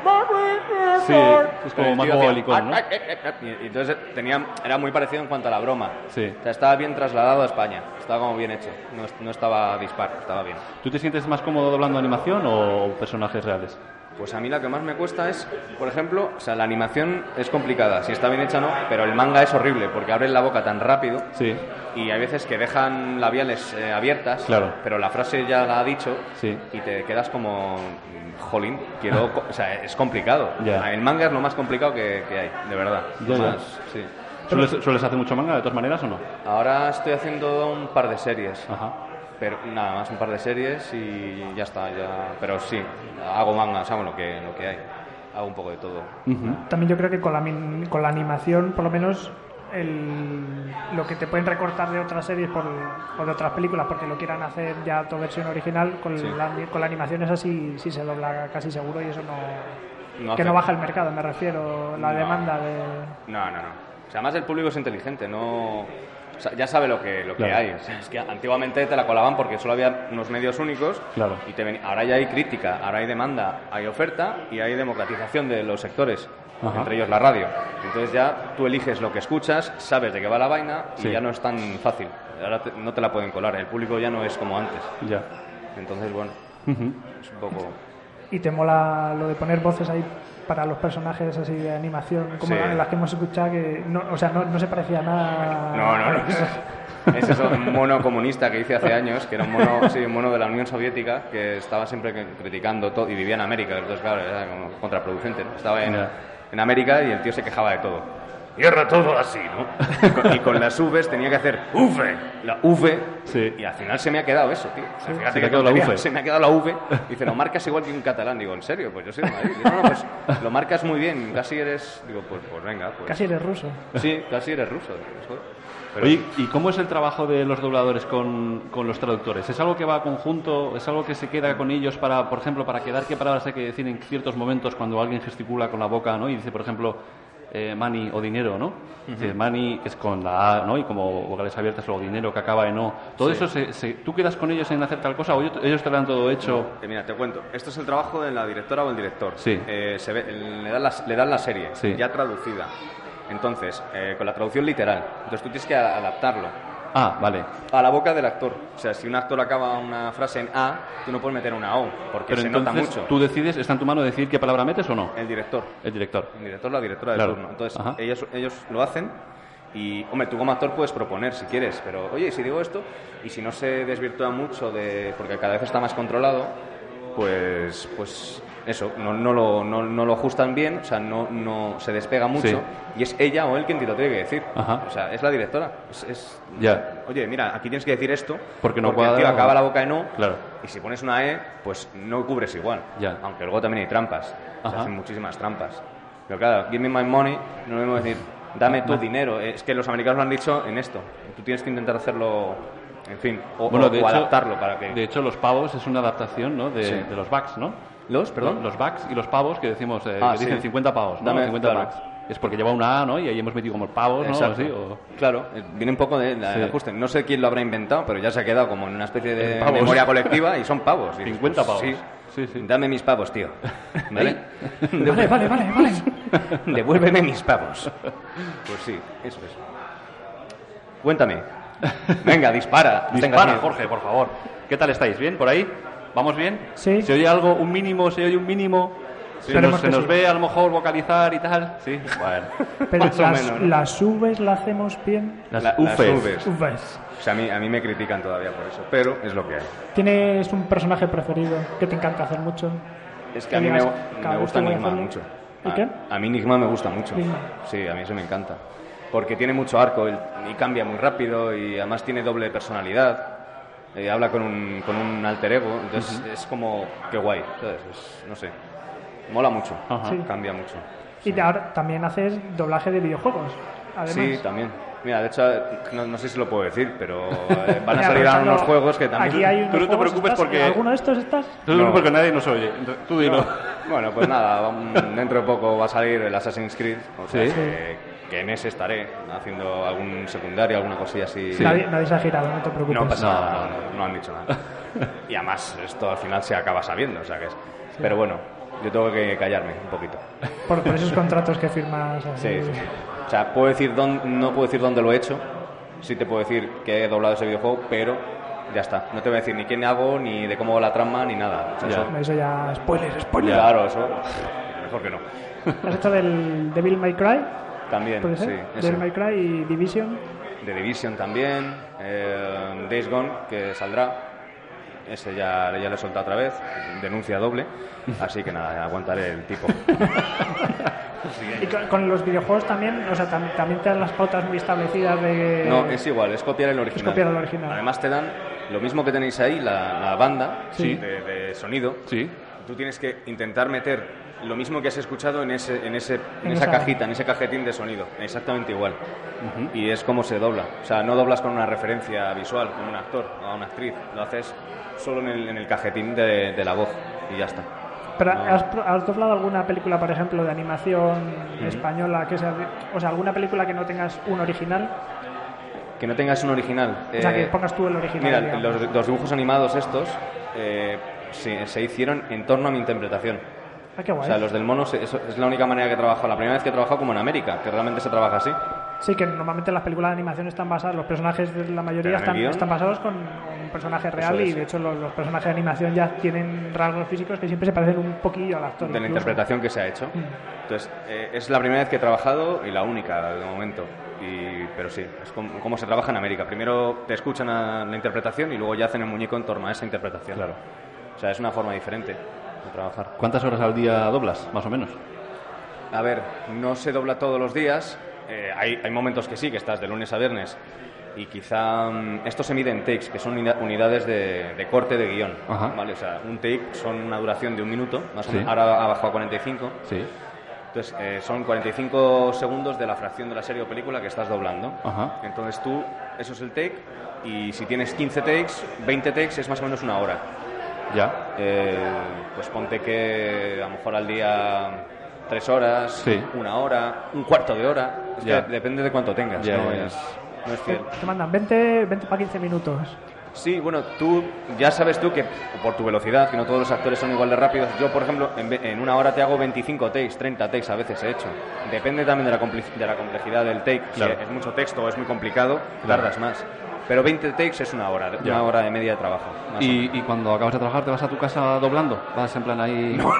D: Sí, es
H: Pero
D: como
H: el
D: más
H: tío hacía-
D: bobalicón, ¿no?
H: Y, eh, y entonces tenía, era muy parecido en cuanto a la broma.
D: Sí.
H: O sea, estaba bien trasladado a España. Estaba como bien hecho. No, es- no estaba dispar, estaba bien.
D: ¿Tú te sientes más cómodo doblando animación o personajes reales?
H: Pues a mí la que más me cuesta es, por ejemplo, o sea, la animación es complicada, si está bien hecha no, pero el manga es horrible porque abren la boca tan rápido
D: Sí,
H: y hay veces que dejan labiales eh, abiertas,
D: Claro.
H: pero la frase ya la ha dicho
D: Sí.
H: y te quedas como, mm, jolín, quiero,
D: [LAUGHS]
H: co- o sea, es complicado.
D: Ya.
H: El manga es lo más complicado que, que hay, de verdad.
D: Ya, ya.
H: Más, sí.
D: ¿Sueles, sueles hacer mucho manga de todas maneras o no?
H: Ahora estoy haciendo un par de series,
D: Ajá.
H: pero nada más un par de series y ya está, ya. Pero sí, hago manga, o sea, bueno, lo que, lo que hay, hago un poco de todo.
C: También yo creo que con la, min- con la animación, por lo menos, el- lo que te pueden recortar de otras series por- o de otras películas porque lo quieran hacer ya tu versión original, con, la, con la animación es así, sí se dobla casi seguro y eso no.
H: No
C: que
H: hace-
C: no baja el mercado, me refiero, la
H: No.
C: demanda de.
H: No, no, no. O sea, además el público es inteligente, no... o sea, ya sabe lo que, lo que
D: Claro.
H: hay. O sea, es que antiguamente te la colaban porque solo había unos medios únicos.
D: Claro.
H: Y te ven- Ahora ya hay crítica, ahora hay demanda, hay oferta y hay democratización de los sectores,
D: Ajá.
H: entre ellos la radio. Entonces ya tú eliges lo que escuchas, sabes de qué va la vaina y
D: Sí.
H: ya no es tan fácil. Ahora te- no te la pueden colar, el público ya no es como antes.
D: Ya.
H: Entonces, bueno,
D: Ujú.
H: es un poco...
C: Y te mola lo de poner voces ahí para los personajes así de animación, como
H: Sí.
C: la- las que hemos escuchado, que no, o sea, no, no se parecía nada.
H: No, no, no. Es eso, un mono comunista que hice hace años, que era un mono, sí, un mono de la Unión Soviética, que estaba siempre que- criticando todo y vivía en América, entonces claro, era como contraproducente. ¿no? Estaba en,
D: Ya.
H: en América y el tío se quejaba de todo. Y era todo así,
D: [LAUGHS]
H: ¿no? Y con, y con las Vs tenía que hacer V, la V,
D: Sí.
H: y al final se me ha quedado eso, tío. O sea, fíjate
D: Se te
H: qué
D: ha quedado la
H: tontería,
D: V.
H: se me ha quedado la V. Dice, lo marcas igual que un catalán. Digo, ¿en serio? Pues yo soy de Madrid. Digo, no, no, pues lo marcas muy bien, casi eres... Digo, pues, pues venga,
C: [LAUGHS]
H: pues...
C: Casi eres
H: [LAUGHS]
C: ruso.
H: Sí, casi eres ruso. joder. Pero-
D: Oye, ¿y cómo es el trabajo de los dobladores con, con los traductores? ¿Es algo que va conjunto? ¿Es algo que se queda con ellos para, por ejemplo, para quedar qué palabras hay que decir en ciertos momentos cuando alguien gesticula con la boca, ¿no? Y dice, por ejemplo, eh, money o dinero, ¿no? Dice money que es con la A, ¿no? Y como vocales abiertas, luego dinero que acaba en O. Todo eso, se, se- ¿tú quedas con ellos en hacer tal cosa o ellos- ellos te lo dan todo hecho?
H: Eh, Mira, te cuento. Esto es el trabajo de la directora o el director.
D: Sí.
H: Eh, se ve- le, dan la, le dan la serie,
D: Sí.
H: ya traducida. Entonces, eh, con la traducción literal. Entonces tú tienes que a- adaptarlo
D: Ah, vale.
H: a la boca del actor. O sea, si un actor acaba una frase en A, tú no puedes meter una O, porque
D: Pero
H: se nota
D: entonces
H: mucho.
D: tú decides, está en tu mano decidir qué palabra metes o no.
H: El director.
D: El director.
H: El director la directora de
D: Claro.
H: turno. Entonces,
D: Ajá.
H: ellos, ellos lo hacen y, hombre, tú como actor puedes proponer si quieres, pero, oye, ¿y si digo esto y si no se desvirtúa mucho de... porque cada vez está más controlado, pues, pues eso, no, no, lo, no, no lo ajustan bien, o sea, no, no se despega mucho
D: Sí.
H: y es ella o él quien te lo tiene que decir.
D: Ajá.
H: O sea, es la directora. Es, es-
D: Ya.
H: Oye, mira, aquí tienes que decir esto
D: Porque no
H: el tío
D: cuadra, no.
H: acaba la boca en O
D: Claro.
H: y si pones una E, pues no cubres igual.
D: Ya.
H: Aunque luego también hay trampas. Se
D: Ajá.
H: hacen muchísimas trampas. Pero claro, give me my money, no lo mismo decir, dame tu dinero. Eh, Es que los americanos lo han dicho en esto. Tú tienes que intentar hacerlo, en fin, o, o- o adaptarlo para que...
D: De hecho, los pavos es una adaptación ¿no? de,
H: Sí.
D: de los bugs, ¿no?
H: ¿Los? ¿Perdón?
D: Los bugs y los pavos que decimos, eh,
H: Ah,
D: que dicen
H: sí.
D: 50 pavos, ¿no?
H: Dame,
D: 50
H: claro.
D: bucks. Es porque lleva una A, ¿no? Y ahí hemos metido como pavos, ¿no? O
H: Exacto.
D: así, o-
H: Claro, eh, viene un poco de la-
D: Sí.
H: el ajuste. No sé quién lo habrá inventado, pero ya se ha quedado como en una especie de
D: En pavos.
H: memoria colectiva y son pavos.
D: [LAUGHS]
H: Y pues
D: 50 pavos.
H: Sí.
D: Sí, sí.
H: Dame mis pavos,
D: [LAUGHS]
H: tío. ¿Vale?
C: Vale, vale, vale, vale.
H: [LAUGHS] Devuélveme mis pavos. Pues sí, eso es. Cuéntame, Venga, [LAUGHS] dispara.
D: Dispara,
H: Dispara, Jorge.
D: Jorge, por favor. ¿Qué tal estáis? ¿Bien por ahí? ¿Vamos bien?
C: Sí.
D: ¿Se oye algo? ¿Un mínimo? ¿Se oye un mínimo? ¿Se
C: Esperemos
D: nos, se
C: que
D: nos
C: sí.
D: ve a lo mejor vocalizar y tal? Sí, bueno.
C: Pero
H: Más o
C: las,
H: menos, ¿no?
C: las subes la hacemos bien.
D: Las
H: La-
D: Ufes.
H: Ufes.
C: Ufes.
H: O sea, a mí, a mí me critican todavía por eso, pero es lo que hay.
C: ¿Tienes un personaje preferido que te encanta hacer mucho?
H: Es que a mí me,
C: Digas,
H: me
C: cada vez
H: gusta
C: que voy a
H: Enigma
C: hacerlo.
H: mucho.
C: ¿Y
H: A-
C: qué?
H: A mí Enigma me gusta mucho.
C: Enigma.
H: Sí, a mí eso me encanta. Porque tiene mucho arco el- y cambia muy rápido y además tiene doble personalidad. Eh, habla con un, con un alter ego, entonces es como que guay, ¿sabes? Es- no sé. Mola mucho,
D: Ajá.
C: Sí.
H: cambia mucho.
C: Y te- ahora también haces doblaje de videojuegos. Además,
H: Sí, también. Mira, de hecho, no, no sé si lo puedo decir, pero eh, van a
C: Mira,
H: salir ahora
C: aprovechando,
H: unos juegos que también...
C: Aquí hay unos
D: Tú no te
C: juegos,
D: preocupes
C: ¿estás?
D: porque-
C: ¿En ¿Alguno de estos estás?
D: No te
H: No.
D: preocupes porque nadie nos oye. Entonces, Tú dilo.
H: Bueno, pues nada, vam- dentro de poco va a salir el Assassin's Creed, o sea
D: Sí.
H: que, que en ese estaré haciendo algún secundario, alguna cosilla así.
C: Nadie, nadie se ha girado, no te preocupes.
H: No pasa
D: No,
H: nada, no, no han dicho nada. Y además esto al final se acaba sabiendo, o sea que es... Pero bueno, yo tengo que callarme un poquito.
C: por, por esos contratos que firmas. así.
H: Sí, sí, sí. O sea, puedo decir dón- no puedo decir dónde lo he hecho, sí te puedo decir que he doblado ese videojuego, pero ya está. No te voy a decir ni quién hago, ni de cómo va la trama, ni nada. O sea,
D: Ya.
H: eso-
C: Eso ya, spoilers, spoilers.
H: Claro, eso... Mejor que no.
C: Has hecho del Devil May Cry,
H: También,
C: puede
H: sí.
C: ser.
H: ese.
C: Devil May Cry y Division.
H: The Division también, eh, Days Gone, que saldrá. Ese ya, ya lo he soltado otra vez, denuncia doble. Así que nada, aguantaré el
C: [LAUGHS]
H: tipo.
C: Y con, con los videojuegos también, o sea, tam- también te dan las pautas muy establecidas de.
H: No, es igual, es copiar el original.
C: copiar el original.
H: Además te dan lo mismo que tenéis ahí, la, la banda
D: Sí.
H: de, de sonido.
D: Sí.
H: Tú tienes que intentar meter lo mismo que has escuchado en, ese, en, ese, en
C: En
H: esa
C: esa-
H: cajita, en ese cajetín de sonido. Exactamente igual. Y es como se dobla. O sea, no doblas con una referencia visual, como un actor o a una actriz. Lo haces solo en el, en el cajetín de, de la voz y ya está.
C: Pero
H: No.
C: ¿has, pro- has doblado alguna película, por ejemplo, de animación española? que sea de- O sea, alguna película que no tengas un original.
H: Que no tengas un original.
C: o sea,
H: Eh,
C: que pongas tú el original.
H: Mira,
C: digamos.
H: los, los dibujos animados estos eh, se, se hicieron en torno a mi interpretación.
C: Ah, qué
H: O
C: guay.
H: sea, los del mono se- eso es la única manera que he trabajado. La primera vez que he trabajado como en América, que realmente se trabaja así.
C: Sí, que normalmente las películas de animación están basadas, los personajes de la
H: Pero
C: mayoría
H: en el
C: están,
H: guión-
C: están basados con un personaje real
H: es.
C: y de hecho los, los personajes de animación ya tienen rasgos físicos que siempre se parecen un poquillo al actor.
H: de la
C: incluso.
H: interpretación que se ha hecho. Entonces, eh, es la primera vez que he trabajado y la única de momento. Y- pero sí, es como, como se trabaja en América. Primero te escuchan a la interpretación y luego ya hacen el muñeco en torno a esa interpretación. Claro. O sea, es una forma diferente de trabajar.
D: ¿Cuántas horas al día doblas, más o menos?
H: A ver, no se dobla todos los días. Eh, hay, hay momentos que sí, que estás de lunes a viernes. Y quizá mm, esto se mide en takes, que son unida- unidades de, de corte de guión.
D: Ajá.
H: ¿vale? O sea, un take son una duración de un minuto, más o
D: Sí.
H: menos. Ahora ha bajado a 45.
D: Sí.
H: Entonces, eh, son 45 segundos de la fracción de la serie o película que estás doblando.
D: Ajá.
H: Entonces tú, eso es el take, y si tienes 15 takes, 20 takes es más o menos una hora.
D: Ya.
H: Eh, pues ponte que a lo mejor al día 3 horas,
D: Sí.
H: una hora, un cuarto de hora. Es
D: Ya.
H: que depende de cuánto tengas.
D: Ya,
H: no,
D: ya, ya.
H: Es, no es
C: Te,
H: fiel.
C: te mandan 20, 20 para 15 minutos.
H: Sí, bueno, tú ya sabes tú que por tu velocidad, que no todos los actores son igual de rápidos. Yo, por ejemplo, en, ve- en una hora te hago 25 takes, 30 takes a veces he hecho. Depende también de la, compli- de la complejidad del take.
D: Claro.
H: Si es mucho texto o es muy complicado, tardas más. Pero 20 takes es una hora,
D: Ya.
H: una hora de media de trabajo. más o
D: Y, y cuando acabas de trabajar, ¿te vas a tu casa doblando? ¿Vas en plan [LAUGHS] ahí...?
H: menos.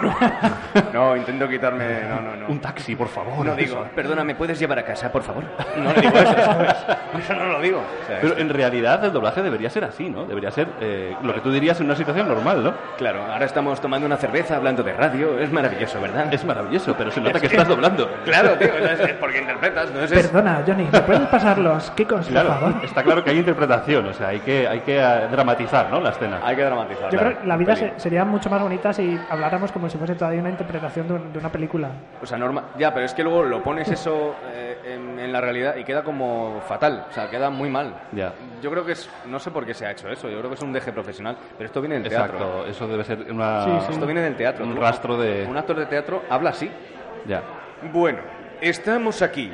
H: No, intento quitarme... No, no, no.
D: Un taxi, por favor.
H: No digo, perdona, ¿me puedes llevar a casa, por favor? [LAUGHS] No le digo eso, ¿sabes? [LAUGHS] Eso no lo digo. O sea,
D: Pero en realidad el doblaje debería ser así, ¿no? Debería ser eh, lo que tú dirías en una situación normal, ¿no?
H: Claro, ahora estamos tomando una cerveza, hablando de radio, es maravilloso, ¿verdad?
D: Es maravilloso, pero se nota que estás [LAUGHS] doblando.
H: Claro, tío, es- es porque interpretas, no es... es-
C: Perdona, Johnny, ¿me puedes pasar los Kikos, por
H: [LAUGHS]
D: Claro,
C: favor?
D: está claro que hay interpretación, o sea, hay que, hay que eh, dramatizar, ¿no? La escena.
H: Hay que dramatizar.
C: Yo
H: claro,
C: creo que la vida
H: un pelín.
C: se- sería mucho más bonita si habláramos como si fuese todavía una interpretación de, un- de una película.
H: O sea, norma... Ya, pero es que luego lo pones eso eh, en, en la realidad y queda como fatal. O sea, queda muy mal.
D: Ya.
H: Yo creo que es... No sé por qué se ha hecho eso. Yo creo que es un deje profesional. Pero esto viene del teatro.
D: Exacto, eso debe ser una...
C: Sí, sí.
H: Esto viene del teatro.
D: Un
H: Tú-
D: rastro de-
H: Un actor de teatro habla así.
D: Ya.
H: Bueno, estamos aquí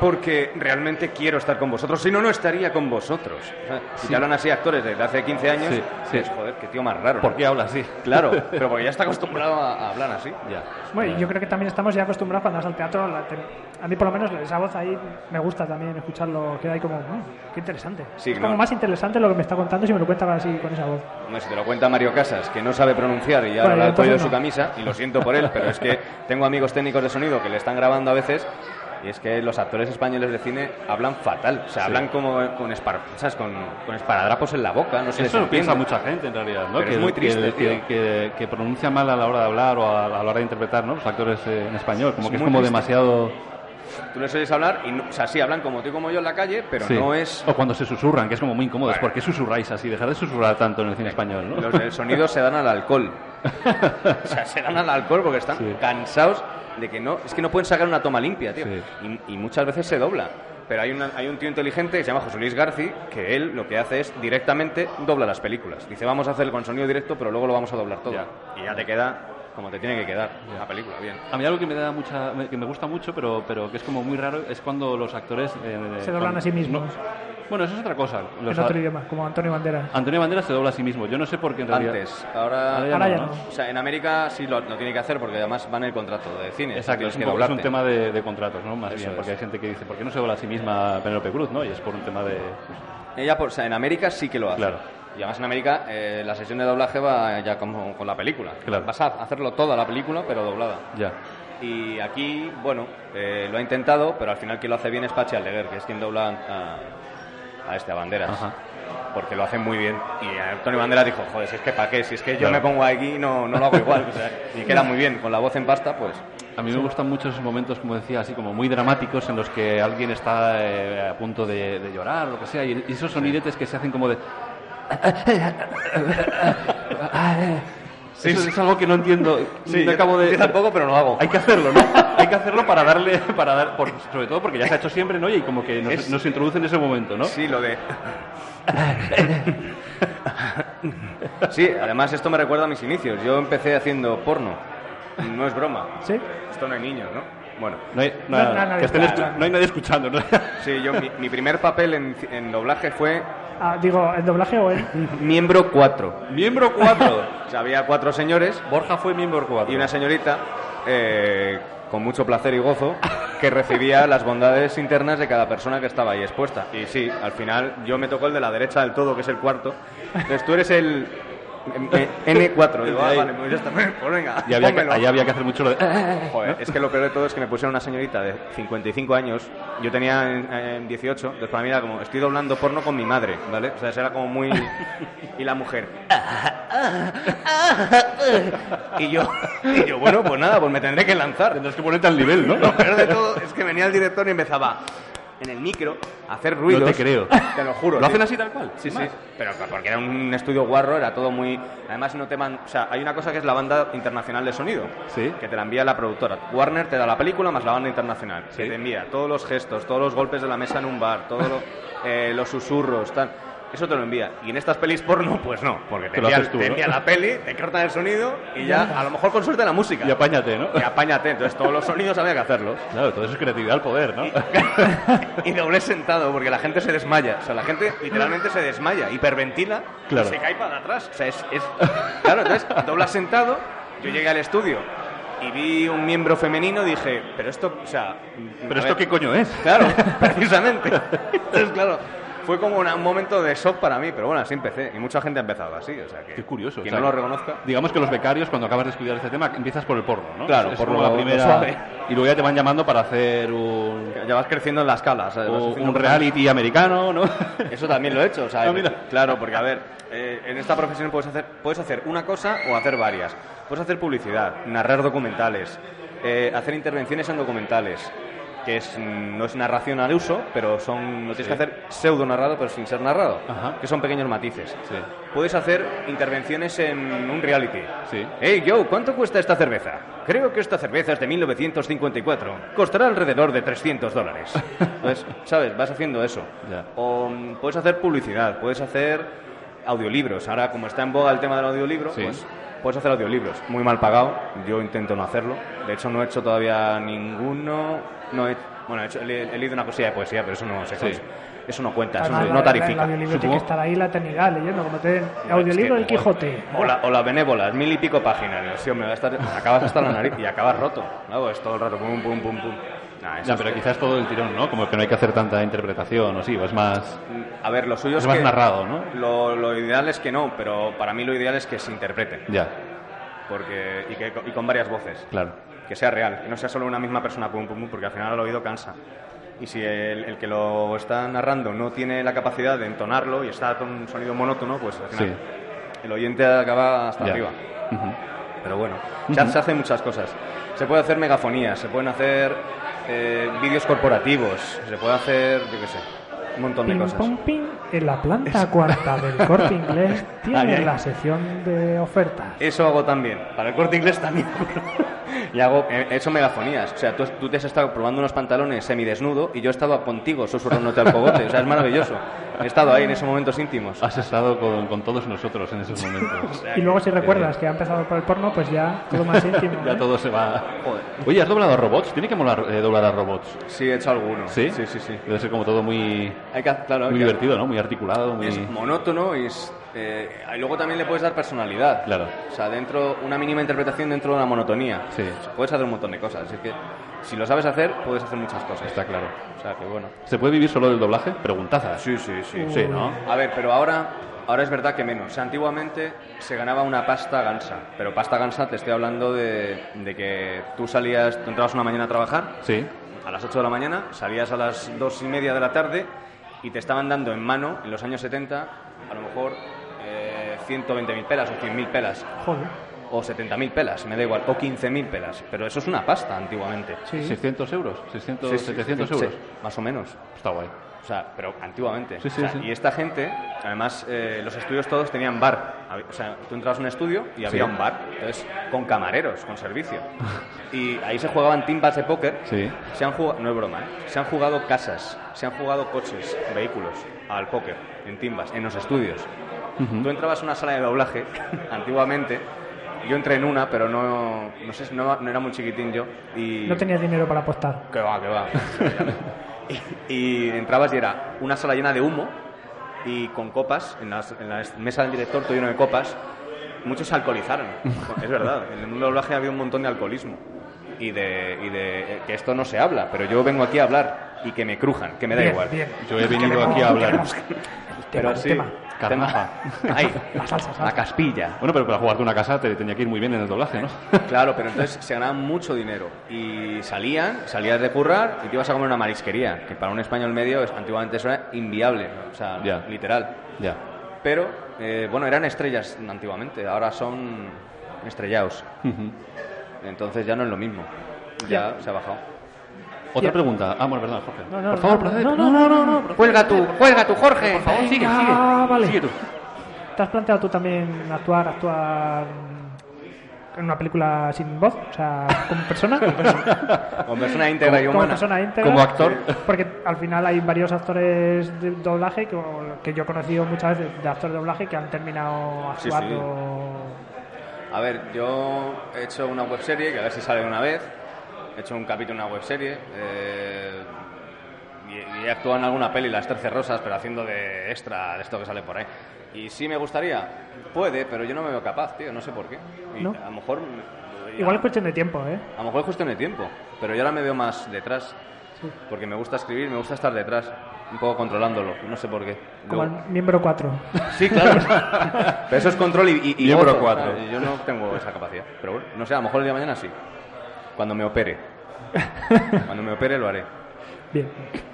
H: porque realmente quiero estar con vosotros. Si no, no estaría con vosotros. O sea, Si te hablan así actores desde hace 15 años,
D: Sí, sí.
H: dices, joder, qué tío más raro.
D: ¿Por
H: ¿no?
D: qué habla así?
H: Claro, pero porque ya está acostumbrado a, a hablar así.
D: Ya.
C: Bueno, y yo creo que también estamos ya acostumbrados cuando vas al teatro, la te- A mí, por lo menos, esa voz ahí me gusta también escucharlo. Queda ahí como, "Mm, qué interesante.
H: Sí,
C: es como
H: no.
C: más interesante lo que me está contando si me lo cuentan así con esa voz.
H: Hombre, si te lo cuenta Mario Casas, que no sabe pronunciar y ya
C: Bueno,
H: lo ha
C: entonces
H: cogido de su
C: no.
H: camisa, y lo siento por él, pero
D: [LAUGHS]
H: es que tengo amigos técnicos de sonido que le están grabando a veces, y es que los actores españoles de cine hablan fatal. O sea, hablan como con, espar- ¿sabes? con, con esparadrapos en la boca, no sé
D: Eso lo piensa mucha gente en realidad, ¿no?
H: Pero es muy
D: Que,
H: triste, tío.
D: que- que pronuncia mal a la hora de hablar o a, a la hora de interpretar, ¿no? Los actores eh, en español, como
H: Es
D: que es
H: muy
D: como
H: triste.
D: demasiado.
H: Tú les oyes hablar, y no- o sea, sí hablan como tú y como yo en la calle, pero
D: Sí.
H: no es.
D: O cuando se susurran, que es como muy incómodo.
H: Vale.
D: ¿Por qué susurráis así? Dejar de susurrar tanto en el cine español, ¿no?
H: Los del sonido se dan al alcohol. O sea, se dan al alcohol porque están
D: Sí.
H: cansados de que no. Es que no pueden sacar una toma limpia, tío.
D: Sí.
H: Y, y muchas veces se dobla. Pero hay, una- hay un tío inteligente que se llama José Luis Garci, que él lo que hace es directamente dobla las películas. Dice, vamos a hacer con sonido directo, pero luego lo vamos a doblar todo.
D: Ya.
H: Y ya te queda como te tiene que quedar la película, bien.
D: A mí algo que me da mucha, me- que me gusta mucho, pero, pero que es como muy raro, es cuando los actores eh,
C: Se doblan
D: cuando-
C: a sí mismos.
D: Bueno, eso es otra cosa. Los
C: en
D: a-
C: otro idioma, como Antonio Banderas.
H: Ah.
D: Antonio Banderas se dobla a sí mismo. Yo no sé por qué en realidad.
H: Antes, ahora...
D: Ahora
C: Ahora ya
D: ¿no?
C: no.
H: O sea, en América sí lo, lo tiene que hacer porque además va en el contrato de cine.
D: Exacto,
H: Tienes
D: es un,
H: que
D: poco- es un
H: doblarte.
D: tema de, de contratos, ¿no? Más
H: Eso
D: bien,
H: es.
D: porque hay gente que dice, ¿por qué no se dobla a sí misma Penélope Cruz, no? Y es por un tema de. pues,
H: Ella, por- o sea, en América sí que lo hace.
D: Claro.
H: Y además en América eh, la sesión de doblaje va ya como con la película.
D: Claro.
H: Vas a hacerlo toda la película, pero doblada.
D: Ya.
H: Y aquí, bueno, eh, lo ha intentado, pero al final quien lo hace bien es Pachi Aldeguer, que es quien dobla a, a este, a Banderas.
D: Ajá.
H: Porque lo hace muy bien. Y Antonio Banderas dijo, joder, si es que pa' qué, si es que yo
D: Claro.
H: me pongo aquí y no, no lo
D: [LAUGHS]
H: hago igual. O sea, y queda muy bien, con la voz en pasta, pues...
D: A mí me gustan mucho esos momentos, como decía, así como muy dramáticos en los que alguien está eh, a punto de, de llorar o lo que sea, y, y esos sonidetes que se hacen como de... Eso es algo que no entiendo. no
H: yo-
D: acabo de...
H: yo tampoco, pero lo hago.
D: Hay que hacerlo, ¿no? Hay que hacerlo para darle, para dar, por- sobre todo porque ya se ha hecho siempre, ¿no? Y como que nos,
H: Es-
D: nos introduce en ese momento, ¿no?
H: Sí, lo de. sí, además esto me recuerda a mis inicios. Yo empecé haciendo porno. No es broma.
C: ¿Sí?
H: Esto no hay niños, ¿no? Bueno,
D: No hay,
C: No, no, no,
D: que estén
C: no,
D: escu-
C: no.
D: no hay nadie escuchando,
H: [LAUGHS]
D: ¿no?
H: sí, yo mi, mi primer papel en, ci- en doblaje fue
C: Ah, digo, ¿el doblaje
H: [LAUGHS]
C: o el...?
H: miembro 4.
D: Miembro 4.
H: O sea, había cuatro señores
D: Borja fue miembro 4.
H: y una señorita eh, con mucho placer y gozo que recibía las bondades internas de cada persona que estaba ahí expuesta. Y sí, al final yo me tocó el de la derecha del todo, que es el cuarto. Entonces tú eres el eh, N4. Digo,
D: [LAUGHS]
H: ah, vale, pues ya está. [LAUGHS] Pues venga,
D: Y había que,
H: pónmelo.
D: ahí había que hacer mucho lo de... "Ah,
H: [LAUGHS] Joder, es que lo peor de todo es que me pusieron una señorita de 55 años, yo tenía en, en 18, entonces para mí era como, estoy doblando porno con mi madre, ¿vale? O sea, eso era como [LAUGHS] muy... Y la mujer... [LAUGHS] Y yo, y yo, bueno, pues nada, pues me tendré que lanzar.
D: Tendrás que ponerte al nivel, ¿no?
H: [LAUGHS] Lo peor de todo es que venía el director y empezaba en el micro a hacer ruidos.
D: No te creo.
H: Te lo juro.
D: ¿Lo
H: tío.
D: hacen así tal cual?
H: Sí,
D: Sin más.
H: sí. Pero porque era un estudio guarro, era todo muy. Además, no te man... O sea, hay una cosa que es la banda internacional de sonido.
D: Sí.
H: Que te la envía la productora. Warner te da la película más la banda internacional.
D: Sí.
H: Que te envía todos los gestos, todos los golpes de la mesa en un bar, todos
D: [LAUGHS]
H: los susurros, tal. Eso te lo envía. Y en estas pelis porno, pues no. Porque te,
D: Te lo
H: envía,
D: haces tú,
H: te
D: ¿no?
H: envía la peli, te cortan el sonido y ya, a lo mejor con suerte la música.
D: Y apáñate, ¿no?
H: Y apáñate. Entonces, todos los sonidos había que hacerlos.
D: Claro, todo eso es creatividad al poder, ¿no?
H: y doblé sentado porque la gente se desmaya. O sea, la gente literalmente se desmaya, hiperventila
D: Claro.
H: y se cae para atrás. O sea, es, es- Claro, entonces doblas sentado. Yo llegué al estudio y vi un miembro femenino y dije, pero esto, o sea.
D: Pero
H: a
D: esto
H: ver".
D: qué coño es?
H: Claro, [LAUGHS] precisamente. Entonces, claro. Fue como una- un momento de shock para mí, pero bueno, así empecé. Y mucha gente ha empezado así, o sea que...
D: Qué curioso.
H: Quien
D: o sea,
H: no lo reconozca...
D: Digamos que los becarios, cuando acabas de estudiar este tema, empiezas por el porno, ¿no?
H: Claro,
D: es
H: por
D: como
H: lo-
D: la primera.
H: lo suave. [LAUGHS]
D: Y luego ya te van llamando para hacer un,
H: Ya vas creciendo en la escala, o sea, vas
D: o-
H: haciendo
D: un reality americano,
H: [LAUGHS]
D: ¿no?
H: Eso también lo he hecho, o sea,
D: Ah, mira.
H: claro, porque a ver, eh, en esta profesión puedes hacer, puedes hacer una cosa o hacer varias. Puedes hacer publicidad, narrar documentales, eh, hacer intervenciones en documentales, que es, mm, no es narración al uso, pero son, no tienes que hacer pseudo narrado, pero sin ser narrado,
D: Ajá.
H: que son pequeños matices.
D: Sí.
H: Puedes hacer intervenciones en un reality.
D: Sí.
H: Hey Joe, ¿cuánto cuesta esta cerveza? Creo que esta cerveza es de 1954. Costará alrededor de
D: [LAUGHS]
H: 300 dólares. Entonces, ¿sabes? Vas haciendo eso.
D: Ya.
H: O mm, puedes hacer publicidad, puedes hacer audiolibros. Ahora, como está en boga el tema del audiolibro,
D: Sí.
H: pues puedes hacer audiolibros. Muy mal pagado, yo intento no hacerlo. De hecho, no he hecho todavía ninguno. No he, bueno, he, hecho- he- he leído una cosilla de poesía, pero eso no se
D: Sí.
H: Eso no cuenta, eso
C: Además,
H: no,
C: la-
H: no
C: Ah, El
H: tarifica.
C: audiolibro tiene
D: supongo.
C: que estar ahí la eternidad leyendo, como te den audiolibro del
H: Es que,
C: Quijote.
H: O la, o la benévola, mil y pues pico páginas. Digo, sí, hombre, va a estar- acabas hasta la nariz y acabas roto. Luego es todo el rato, pum, pum, pum, pum. Nah, eh. eso
D: Ya,
H: es-
D: pero quizás todo el tirón, ¿no? Como que no hay que hacer tanta interpretación, o sí, o es más...
H: A ver, lo suyo
D: Es
H: es,
D: más
H: que-
D: narrado, ¿no?
H: Lo, lo ideal es que no, pero para mí lo ideal es que se interprete.
D: Ya,
H: Porque, y, que, y con varias voces.
D: claro.
H: Que sea real, que no sea solo una misma persona, pum, pum, pum, porque al final el oído cansa. Y si el, el que lo está narrando no tiene la capacidad de entonarlo y está con un sonido monótono, pues al final el oyente acaba hasta
D: Ya.
H: arriba.
D: Ujú.
H: Pero bueno, se, se hacen muchas cosas. Se puede hacer megafonías, se pueden hacer eh, vídeos corporativos, se puede hacer, yo qué sé, un montón de
C: Pim,
H: cosas.
C: pum, pim. En la planta cuarta del corte inglés
H: Ahí,
C: tiene
H: ahí.
C: la sección de ofertas.
H: Eso hago también. Para el corte inglés también. [LAUGHS] y hago, he hecho megafonías. O sea, tú, tú te has estado probando unos pantalones semidesnudo y yo estaba contigo susurrándote al cogote. O sea, es maravilloso. He estado ahí en esos momentos íntimos.
D: Has estado con, con todos nosotros en esos
H: [LAUGHS]
D: momentos.
C: Y luego si recuerdas que ha empezado por el porno, pues ya todo más íntimo.
D: ya
C: ¿eh?
D: todo se va...
H: Joder.
D: Oye, ¿has doblado a robots? Tiene que molar eh, doblar a robots.
H: Sí, he hecho alguno.
D: ¿Sí?
H: Sí, sí, sí.
D: Debe ser como todo muy,
H: Hay que, claro, hay
D: muy
H: que-
D: divertido, ¿no? Muy articulado, muy...
H: Es monótono y es, eh, y luego también le puedes dar personalidad.
D: Claro.
H: O sea, dentro una mínima interpretación dentro de una monotonía.
D: Sí.
H: O sea, puedes hacer un montón de cosas. Así que si lo sabes hacer, puedes hacer muchas cosas.
D: Está claro.
H: O sea, que bueno.
D: ¿Se puede vivir solo del doblaje? Preguntaza.
H: Sí, sí, sí.
D: Sí, ¿no?
H: A ver, pero ahora, ahora es verdad que menos. O sea, antiguamente se ganaba una pasta gansa, pero pasta gansa te estoy hablando de, de que tú salías, tú entrabas una mañana a trabajar,
D: Sí.
H: a las 8 de la mañana, salías a las 2 y media de la tarde y te estaban dando en mano, en los años 70, a lo mejor eh, 120.000 pelas o 100.000 pelas.
C: Joder.
H: O 70.000 pelas, me da igual, o 15.000 pelas. Pero eso es una pasta antiguamente.
C: Sí.
D: 600 euros, 600,
H: Sí, sí,
D: 700
H: sí,
D: euros.
H: sí, Más o menos.
D: Está guay.
H: O sea, pero antiguamente.
D: Sí, sí,
H: O sea,
D: sí.
H: Y esta gente, además, eh, los estudios todos tenían bar. Hab- O sea, tú entrabas a un estudio y había
D: Sí.
H: un bar. Entonces, con camareros,
D: [LAUGHS]
H: con servicio. Y ahí se jugaban timbas de póker.
D: Sí.
H: Se han jugado, no es broma, ¿eh? se han jugado casas, se han jugado coches, vehículos, al póker, en timbas, en los estudios. Tú entrabas a una sala de doblaje, [LAUGHS] antiguamente. Yo entré en una, pero no, no sé, si- no, no era muy chiquitín yo. Y
C: No tenías dinero para apostar.
H: que va, que va. y, y entrabas y era una sala llena de humo y con copas. En, las- en la mesa del director todo lleno de copas. Muchos se alcoholizaron. es verdad. En el mundo del doblaje había un montón de alcoholismo. Y de, y de eh, que esto no se habla, pero yo vengo aquí a hablar y que me crujan, que me da
C: Bien,
H: igual.
C: bien.
D: Yo he venido aquí a hablar.
H: Pero
C: Tema,
H: sí,
C: tema.
H: [LAUGHS]
D: Carnaza.
H: Ahí,
C: La salsa, salsa.
H: la caspilla.
D: Bueno, pero para jugarte una casa te tenía que ir muy bien en el doblaje, ¿no? [LAUGHS]
H: Claro, pero entonces se ganaban mucho dinero. Y salían, salías de currar y te ibas a comer una marisquería, que para un español medio es- antiguamente eso era inviable, o sea,
D: Ya.
H: literal.
D: ya.
H: Pero, eh, bueno, eran estrellas antiguamente, ahora son estrellados. Entonces ya no es lo mismo, ya se ha bajado.
D: Otra pregunta. Ah, bueno, perdón, Jorge.
C: No, no,
D: Por favor,
C: no,
D: procede.
C: no, no, no, no, no.
H: ¡Cuelga tú, cuelga tú, Jorge!
D: Por favor, sigue,
C: Venga,
D: sigue.
C: vale.
D: Sigue tú.
C: ¿Te has planteado tú también actuar, actuar mm, en una película sin voz? O sea, como persona.
H: Con persona íntegra y
C: como
H: humana.
C: persona íntegra.
D: Como actor.
C: Porque al final hay varios actores de doblaje que, que yo he conocido muchas veces de actores de doblaje que han terminado
H: Sí, sí.
C: actuando.
H: A ver, yo he hecho una webserie, que a ver si sale de una vez. He hecho un capítulo en una webserie. eh, y, y he actuado en alguna peli, Las Trece Rosas, pero haciendo de extra de esto que sale por ahí. Y sí me gustaría, puede, pero yo no me veo capaz, tío, no sé por qué. Y
C: ¿No?
H: A lo mejor. me-
C: Igual es cuestión de tiempo, ¿eh?
H: a lo mejor es cuestión de tiempo, pero yo ahora me veo más detrás. Porque me gusta escribir, me gusta estar detrás, un poco controlándolo, no sé por qué.
C: Como
H: Luego-
C: el miembro 4.
H: Sí, claro. pero eso es control y, y, y
D: Miembro
H: gozo,
D: cuatro.
H: ¿sabes? Y Yo no tengo esa capacidad. Pero bueno, no sé, a lo mejor el día de mañana sí. Cuando me opere. Cuando me opere lo haré.
C: [LAUGHS] Bien.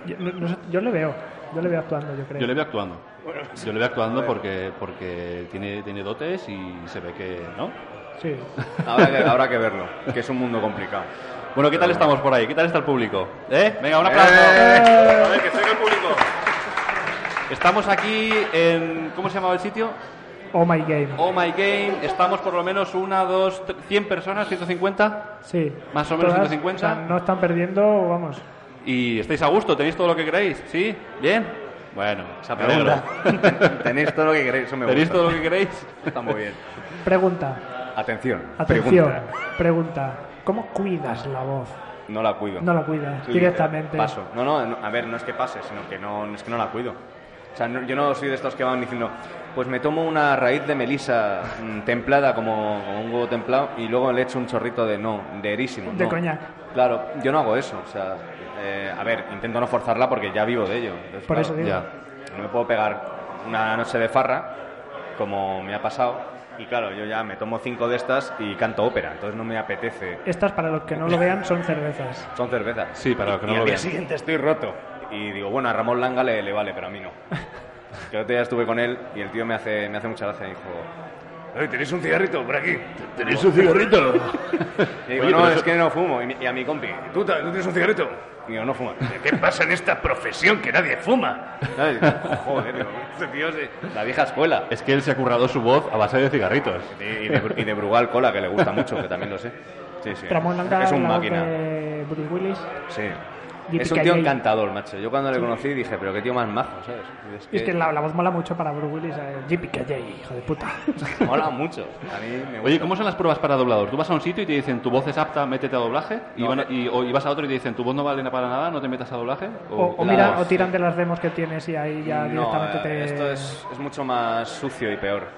C: Yo, no- no sé, yo le veo. Yo le veo actuando, yo creo.
D: Yo le veo actuando. Yo le veo actuando porque, porque tiene, tiene dotes y se ve que, ¿no?
C: Sí.
H: Habrá que, habrá que verlo, que es un mundo complicado.
D: Bueno, ¿qué tal estamos por ahí? ¿Qué tal está el público? ¿Eh? Venga, un aplauso.
H: ¡Eh!
D: A ver, que soy el público. Estamos aquí en... ¿Cómo se llamaba el sitio?
C: Oh my game.
D: Oh My Game. Estamos por lo menos una, dos, tre- 100 personas, 150.
C: Sí.
D: Más o menos
C: Todas,
D: 150.
C: o sea, no están perdiendo, vamos.
D: ¿Y estáis a gusto? ¿Tenéis todo lo que queréis? ¿Sí? ¿Bien? Bueno,
H: Esa
D: me alegro.
H: pregunta. [LAUGHS] Tenéis todo lo que queréis, eso me
D: ¿Tenéis
H: gusta.
D: todo lo que queréis?
H: Está muy bien.
C: Pregunta.
H: Atención,
C: Atención.
H: pregunta.
C: Pregunta. ¿Cómo cuidas la voz?
H: No la cuido.
C: No la cuidas
H: Sí, eh,
C: directamente.
H: Paso. No, no, no, a ver, no es que pase, sino que no, es que no la cuido. O sea, no- yo no soy de estos que van diciendo, Pues me tomo una raíz de melisa mm, templada como, como un huevo templado y luego le echo un chorrito de no, de erísimo.
C: De
H: no.
C: coñac.
H: Claro, yo no hago eso. O sea, eh, a ver, intento no forzarla porque ya vivo de ello. Entonces,
C: Por
H: claro,
C: eso digo.
H: ya. No me puedo pegar una noche de farra como me ha pasado. Y claro, yo ya me tomo cinco de estas y canto ópera, entonces no me apetece.
C: Estas, para los que no lo vean, son cervezas.
H: Son cervezas.
D: Sí, para los que
H: Y-
D: no
H: y
D: lo
H: al día
D: vean.
H: siguiente estoy roto. Y digo, bueno, a Ramón Langa le, le vale, pero a mí no. Yo otro día estuve con él y el tío me hace, me hace mucha gracia y dijo... "Oye, ¿Tenéis un cigarrito por aquí?
D: ¿Tenéis un cigarrito?
H: Y digo,
D: Oye,
H: no,
D: pero
H: es
D: eso-
H: que no fumo. Y, mi- y a mi compi, ¿tú, ta- tú tienes un cigarrito? Y digo, no fumo.
A: ¿Qué pasa en esta profesión que nadie fuma?
H: ¿Sabes? Joder, digo, este tío es de la vieja escuela.
D: Es que él se ha currado su voz a base de cigarritos.
H: Y y de, y de Brugal Cola, que le gusta mucho, que también lo sé. Sí, sí.
C: Ramón Langa,
H: es un
C: la voz
H: máquina.
C: de Bruce Willis.
H: Sí.
C: Yipi
H: Es un tío
C: Kayay.
H: encantador, macho. Yo cuando le conocí dije, pero qué tío más majo, ¿sabes?
C: Y
H: Y
C: es que la, la voz mola mucho para Bruce Willis. eh, JPKJ, hijo de
H: [LAUGHS]
C: puta.
H: Mola mucho. A mí me gusta.
D: Oye, ¿cómo son las pruebas para doblador? Tú vas a un sitio y te dicen tu voz es apta, métete a doblaje. Y,
H: No.
D: van a- y- o- y vas a otro y te dicen tu voz no vale para nada, no te metas a doblaje.
C: O, o
D: la
C: mira-
D: voz.
C: o tiran de las demos que tienes y ahí ya
H: No,
C: directamente
H: eh,
C: te.
H: esto es, es mucho más sucio y
C: [LAUGHS]
H: peor.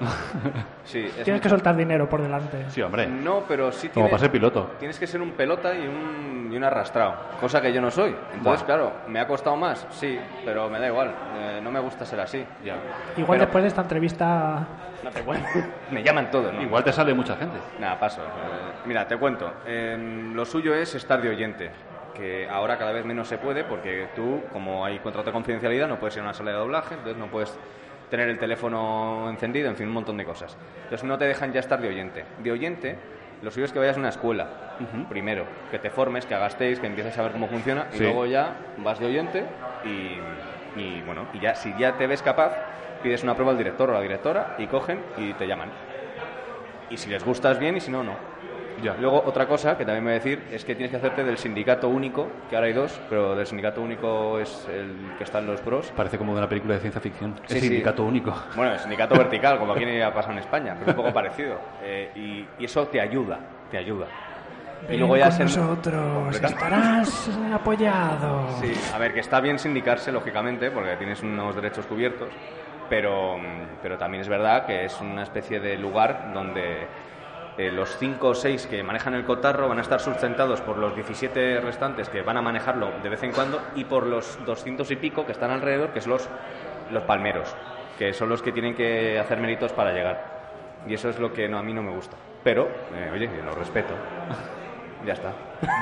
H: Sí, es
C: Tienes que
H: mucho-
C: soltar dinero por delante.
D: Sí, hombre.
H: No, pero sí
D: Como
H: tienes...
D: para ser piloto.
H: Tienes que ser un pelota y un, y un arrastrado, cosa que yo no soy. Entonces,
D: Buah.
H: claro, ¿me ha costado más? Sí, pero me da igual. eh, no me gusta ser así. Ya.
C: Igual después de esta entrevista.
H: No te cuento. me llaman todos, ¿no?
D: Igual te sale mucha gente.
H: Nada, paso. Eh, Mira, te cuento. Em, lo suyo es estar de oyente, que ahora cada vez menos se puede porque tú, como hay contrato de confidencialidad, no puedes ir a una sala de doblaje, entonces no puedes tener el teléfono encendido, en fin, un montón de cosas. Entonces no te dejan ya estar de oyente. De oyente, lo suyo es que vayas a una escuela, primero, que te formes, que hagas test, que empieces a ver cómo funciona, y
D: Sí.
H: luego ya vas de oyente y, y, bueno, y ya si ya te ves capaz, pides una prueba al director o a la directora y cogen y te llaman. Y si les gustas bien y si no, no.
D: Ya.
H: Luego, otra cosa que también me voy a decir es que tienes que hacerte del sindicato único, que ahora hay dos, pero del sindicato único es el que está en los pros.
D: Parece como de una película de ciencia ficción.
H: Sí,
D: es
H: sí.
D: sindicato único.
H: Bueno, el sindicato vertical, como aquí ha pasado en España, pero un poco parecido. Eh, y, y eso te ayuda, te ayuda. Y luego
C: Ven
H: ya
C: con
H: ser-
C: nosotros
H: Completa-
C: estarás eh, apoyado.
H: Sí, a ver, que está bien sindicarse, lógicamente, porque tienes unos derechos cubiertos, pero, mm, pero también es verdad que es una especie de lugar donde eh, los 5 o 6 que manejan el cotarro van a estar sustentados por los 17 restantes que van a manejarlo de vez en cuando y por los 200 y pico que están alrededor, que son los, los palmeros, que son los que tienen que hacer méritos para llegar. Y eso es lo que no, a mí no me gusta. Pero, eh, oye, lo respeto. [LAUGHS] Ya está.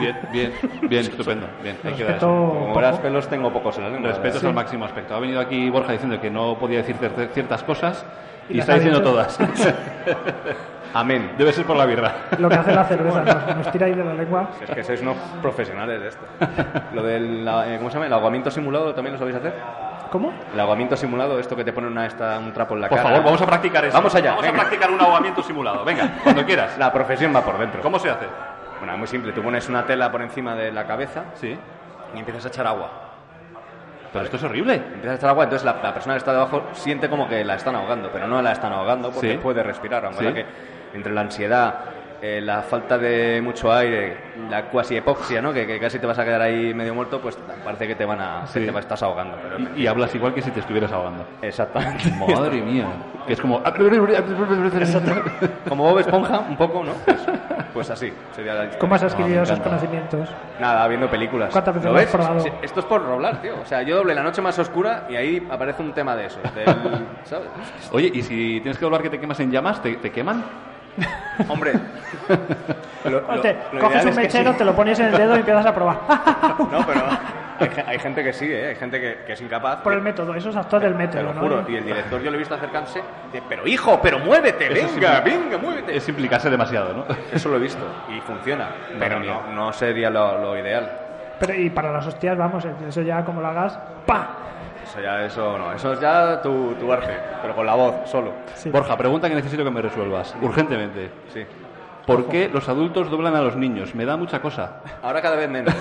D: Bien, bien, [LAUGHS] bien, estupendo. Bien, hay que dar
C: Respeto
D: eso.
H: Como
C: poco.
H: verás, pelos tengo pocos en la lengua.
D: Respetos
H: la
D: al máximo aspecto. Ha venido aquí Borja diciendo que no podía decir cer- ciertas cosas
C: Y
D: y,
C: las
D: está
C: ha
D: diciendo
C: dicho.
D: todas.
H: verdad. Amén.
D: Debe ser por la birra.
C: Lo que hace la
H: [LAUGHS]
C: cerveza, nos, nos tira ahí de la lengua.
H: Es que sois unos profesionales de esto. Lo del, la- eh, ¿cómo se llama? ¿El ahogamiento simulado también lo sabéis hacer?
C: ¿Cómo?
H: El ahogamiento simulado, esto que te ponen una, esta, un trapo en la
D: Por
H: cara.
D: favor, vamos a practicar eso.
H: Vamos allá,
D: Vamos
H: venga.
D: a practicar un ahogamiento simulado. Venga, cuando quieras.
H: La profesión va por dentro.
D: ¿Cómo se hace?
H: Bueno, es muy simple. Tú pones una tela por encima de la cabeza
D: Sí.
H: y empiezas a echar agua.
D: Pero esto es horrible.
H: Empiezas a echar agua, entonces la, la persona que está debajo siente como que la están ahogando, pero no la están ahogando porque
D: Sí.
H: puede respirar. Aunque
D: Sí.
H: la que entre la ansiedad, eh, la falta de mucho aire, la cuasi hipoxia, ¿no? Que, que casi te vas a quedar ahí medio muerto, pues parece que te van a...
D: Sí.
H: que te va- estás ahogando. Pero...
D: Y, y hablas igual que si te estuvieras ahogando.
H: Exactamente.
D: Madre mía. Que es como.
H: [LAUGHS]
D: [LAUGHS]
H: Como Bob Esponja, un poco, ¿no? Pues, pues así sería la historia.
C: ¿Cómo has adquirido
D: me
C: esos
D: encanta.
C: conocimientos?
H: Nada, viendo películas.
C: ¿Cuántas veces
H: ¿Lo
C: lo has
H: ves?
C: probado?
H: Sí, Esto es por roblar, tío. O sea, yo doble la noche más oscura y ahí aparece un tema de eso. ¿Sabes?
D: Oye, y si tienes que hablar que te quemas en llamas, ¿te, te queman?
H: Hombre.
D: [LAUGHS]
H: Lo- lo-
C: Te
H: lo
C: coges
H: ideal
C: un
H: es que
C: mechero,
H: sí.
C: te lo pones en el dedo y empiezas a probar.
H: [LAUGHS]
D: [LAUGHS]
H: No, pero hay, ge- hay gente que sigue, ¿eh? hay gente que, que es incapaz.
C: Por el método, esos actores del
H: Te
C: método,
H: lo
C: ¿no?
H: juro, tío. El director yo lo he visto acercarse. De, pero hijo, pero muévete,
D: Eso sí
H: venga,
D: me-
H: venga, muévete.
D: Es implicarse demasiado, ¿no?
H: Eso lo he visto y funciona. Pero
D: mía.
H: no, no sería lo- lo ideal.
C: Pero, y para las hostias, vamos, eso ya como lo hagas, ¡pa!
H: Eso ya, eso no, eso es ya tu, tu arte, pero con la voz, solo.
C: Sí.
D: Borja, pregunta que necesito que me resuelvas. Urgentemente.
H: Sí.
D: ¿Por qué los adultos doblan a los niños? Me da mucha cosa.
H: Ahora cada
D: [LAUGHS]
H: vez menos.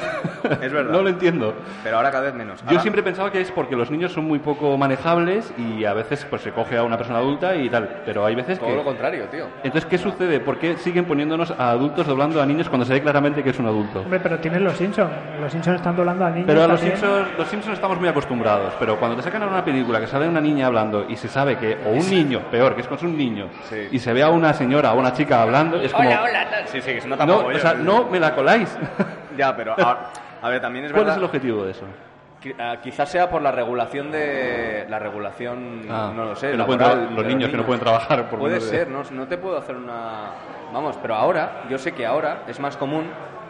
H: Es verdad.
D: No lo entiendo.
H: Pero ahora cada vez menos.
D: Yo
H: Ahora-
D: siempre pensaba que es porque los niños son muy poco manejables y a veces pues se coge a una persona adulta y tal, pero hay veces
H: Todo lo
D: que...
H: contrario,
D: [LAUGHS]
H: tío.
D: Entonces, ¿qué sucede? ¿Por qué siguen poniéndonos a adultos doblando a niños cuando se ve claramente que es un adulto?
C: Hombre, pero tienen los Simpsons. Los Simpsons están doblando al niño.
D: Pero a los
C: también.
D: Simpsons, los Simpsons estamos muy acostumbrados, pero cuando te sacan a una película que sale una niña hablando y se sabe que, o un niño, peor, que es con un niño,
H: Sí.
D: y se ve a una señora o a una chica hablando, es como...
G: Hola, hola, tal.
H: Sí, sí, que se nota
D: No,
H: mogollón.
D: o sea, no me la coláis. [LAUGHS]
H: Ya, pero a, a ver, también es
D: ¿Cuál
H: verdad.
D: es el objetivo de eso?
H: qui- ah, Quizás sea por la regulación de. La regulación.
D: Ah,
H: no lo sé.
D: que no
H: laboral
D: pueden tra-
H: de
D: los niños que no pueden trabajar, por
H: Puede
D: menos de-
H: ser, no, no te puedo hacer una. Vamos, pero ahora, yo sé que ahora es más común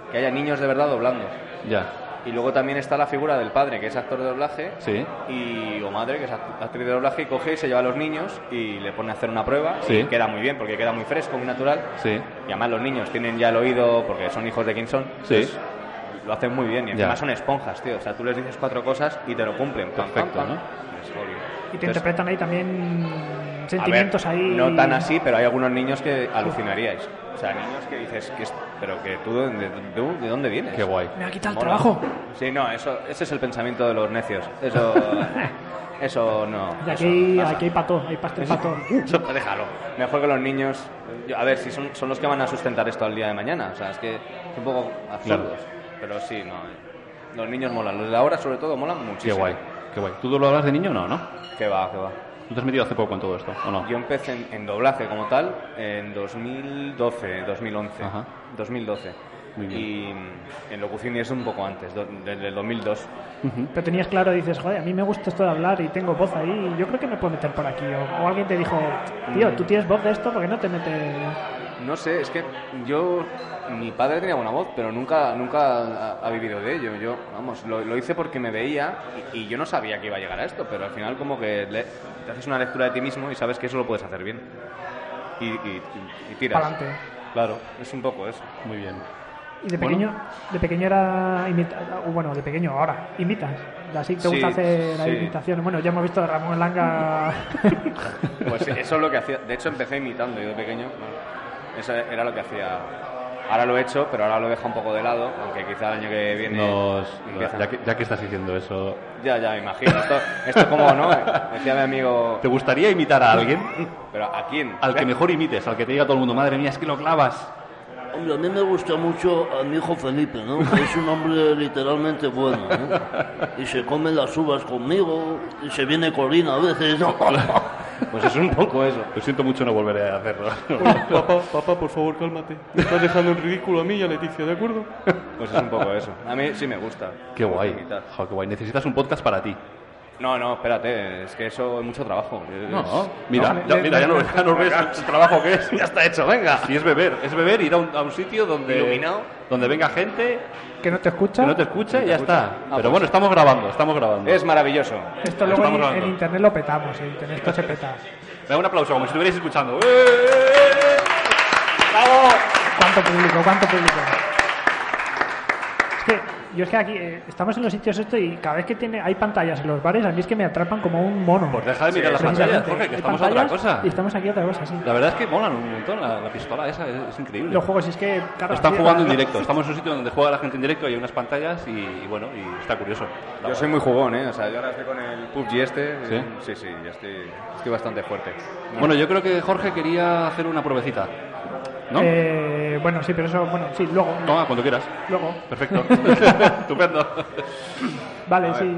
H: que haya niños de verdad doblando.
D: Ya,
H: Y luego también está la figura del padre, que es actor de doblaje,
D: sí.
H: y, o madre, que es act- actriz de doblaje, y coge y se lleva a los niños y le pone a hacer una prueba.
D: Sí.
H: Y queda muy bien, porque queda muy fresco, muy natural.
D: Sí.
H: Y además los niños tienen ya el oído, porque son hijos de quien son.
D: Sí.
H: pues, lo hacen muy bien, y
D: Ya.
H: encima son esponjas, tío. O sea, tú les dices cuatro cosas y te lo cumplen. Pam, pam,
D: Perfecto,
H: pam.
D: ¿no?
H: Es obvio.
C: Y te
H: Entonces,
C: interpretan ahí también
H: a ver,
C: sentimientos ahí.
H: No tan así, pero hay algunos niños que alucinaríais. O sea, niños que dices, que es- pero que tú, ¿de, de- de dónde vienes?
D: Qué guay.
C: Me ha quitado el
H: Mola.
C: trabajo.
H: Sí, no, eso, ese es el pensamiento de los necios.
C: [LAUGHS]
H: Eso, eso no.
C: Y
H: eso no
C: aquí,
H: pasa.
C: aquí hay pato, hay pastel pato.
H: Eso, déjalo. Mejor que los niños. yo- a ver, si son, son los que van a sustentar esto al día de mañana. O sea, es que es un poco absurdos. Pero sí, no. eh, Los niños molan. Los de ahora, sobre todo, molan
D: Qué
H: muchísimo.
D: guay, qué guay. ¿Tú lo hablas de niño o no, no?
H: Que va, que va.
D: ¿Tú te has metido hace poco en todo esto o no?
H: Yo empecé en, en doblaje como tal en 2012, 2011.
D: Ajá.
H: 2012.
D: Muy bien.
H: Y mm, en locución y eso un poco antes, do- desde el 2002.
C: Pero tenías claro, dices, joder, a mí me gusta esto de hablar y tengo voz ahí, y yo creo que me puedo meter por aquí. O, o alguien te dijo,
H: Mm.
C: tío, tú tienes voz de esto, ¿por qué no te metes?
H: No sé, es que yo, mi padre tenía buena voz, pero nunca, nunca ha, ha vivido de ello. Yo, vamos, lo, lo hice porque me veía y, y yo no sabía que iba a llegar a esto, pero al final como que le- te haces una lectura de ti mismo y sabes que eso lo puedes hacer bien. Y, y- y- y tiras.
C: Pa'lante.
H: Claro, es un poco eso.
D: Muy bien.
C: Y de
D: Bueno.
C: pequeño, de pequeño era imita- o bueno, de pequeño ahora, imitas. Así te
H: Sí,
C: gusta hacer ahí
H: sí.
C: imitaciones. Bueno, ya hemos visto a Ramón
D: [LAUGHS]
C: Langa.
H: Pues eso es lo que hacía. De hecho, empecé imitando yo de pequeño. ¿no? Eso era lo que hacía. Ahora lo he hecho, pero ahora lo dejo un poco de lado, aunque quizá el año que viene...
D: Nos-
H: eh, empieza.
D: ya, que, ya que estás diciendo eso,
H: Ya, ya, me imagino. Esto, esto como, ¿no? Decía mi amigo...
D: ¿te gustaría imitar a alguien?
H: [LAUGHS] ¿Pero a quién?
D: Al que mejor imites, al que te diga todo el mundo, madre mía, es que lo clavas.
J: Hombre, a mí me gusta mucho a mi hijo Felipe, ¿no? Que es un hombre literalmente bueno, ¿eh? Y se come las uvas conmigo, y se viene Corina a veces, ¿no?
D: Pues es un poco eso. Lo siento mucho, no volveré a hacerlo.
K: Papá, papá, por favor, cálmate. Me estás dejando en ridículo a mí y a Leticia, ¿de acuerdo?
H: Pues es un poco eso. A mí sí me gusta.
D: qué guay.
H: Imitar.
D: Jo, qué guay. Necesitas un podcast para ti.
H: No, no, espérate, es que eso es mucho trabajo. Es-
D: Mira,
H: No,
D: ya,
H: le-
D: mira, ya
H: le-
D: no, ya no ves el trabajo que es. [LAUGHS] Ya está hecho, venga. Y es beber, es beber, ir a un, a un sitio donde,
H: Iluminado.
D: donde venga gente
C: que no te escucha.
D: que no te escucha y ya está.
H: Ah,
D: Pero
H: pues.
D: bueno, estamos grabando, estamos grabando.
H: Es maravilloso.
C: Esto luego
D: Estamos
C: en,
D: grabando.
C: en internet lo petamos, en internet esto se peta.
D: Da un aplauso, como si estuvierais escuchando. ¡Eh! ¡Bravo!
C: ¿Cuánto público? ¿Cuánto público? Es que yo es que aquí eh, estamos en los sitios esto y cada vez que tiene hay pantallas en los bares, a mí es que me atrapan como un mono.
D: Pues deja de mirar las
C: Precisamente.
D: pantallas, Jorge, que
C: Hay
D: estamos a otra
C: pantallas
D: cosa.
C: Y estamos aquí a otra cosa, sí.
D: La verdad es que molan un montón la, la pistola esa, es, es increíble.
C: Los juegos es que... claro,
D: Están
C: aquí-
D: jugando en directo, estamos en un sitio donde juega la gente en directo, y hay unas pantallas y, y bueno, y está curioso.
H: Yo soy muy jugón, ¿eh? O sea, yo ahora estoy con el PUBG este.
D: ¿Sí?
H: eh, Sí, sí, ya estoy, estoy bastante fuerte.
D: Bueno, yo creo que Jorge quería hacer una provecita. ¿No?
C: Eh, bueno, sí, pero eso... Bueno, sí, luego.
D: Toma, cuando quieras.
C: Luego. [LAUGHS]
D: Perfecto. Estupendo.
C: Vale, sí.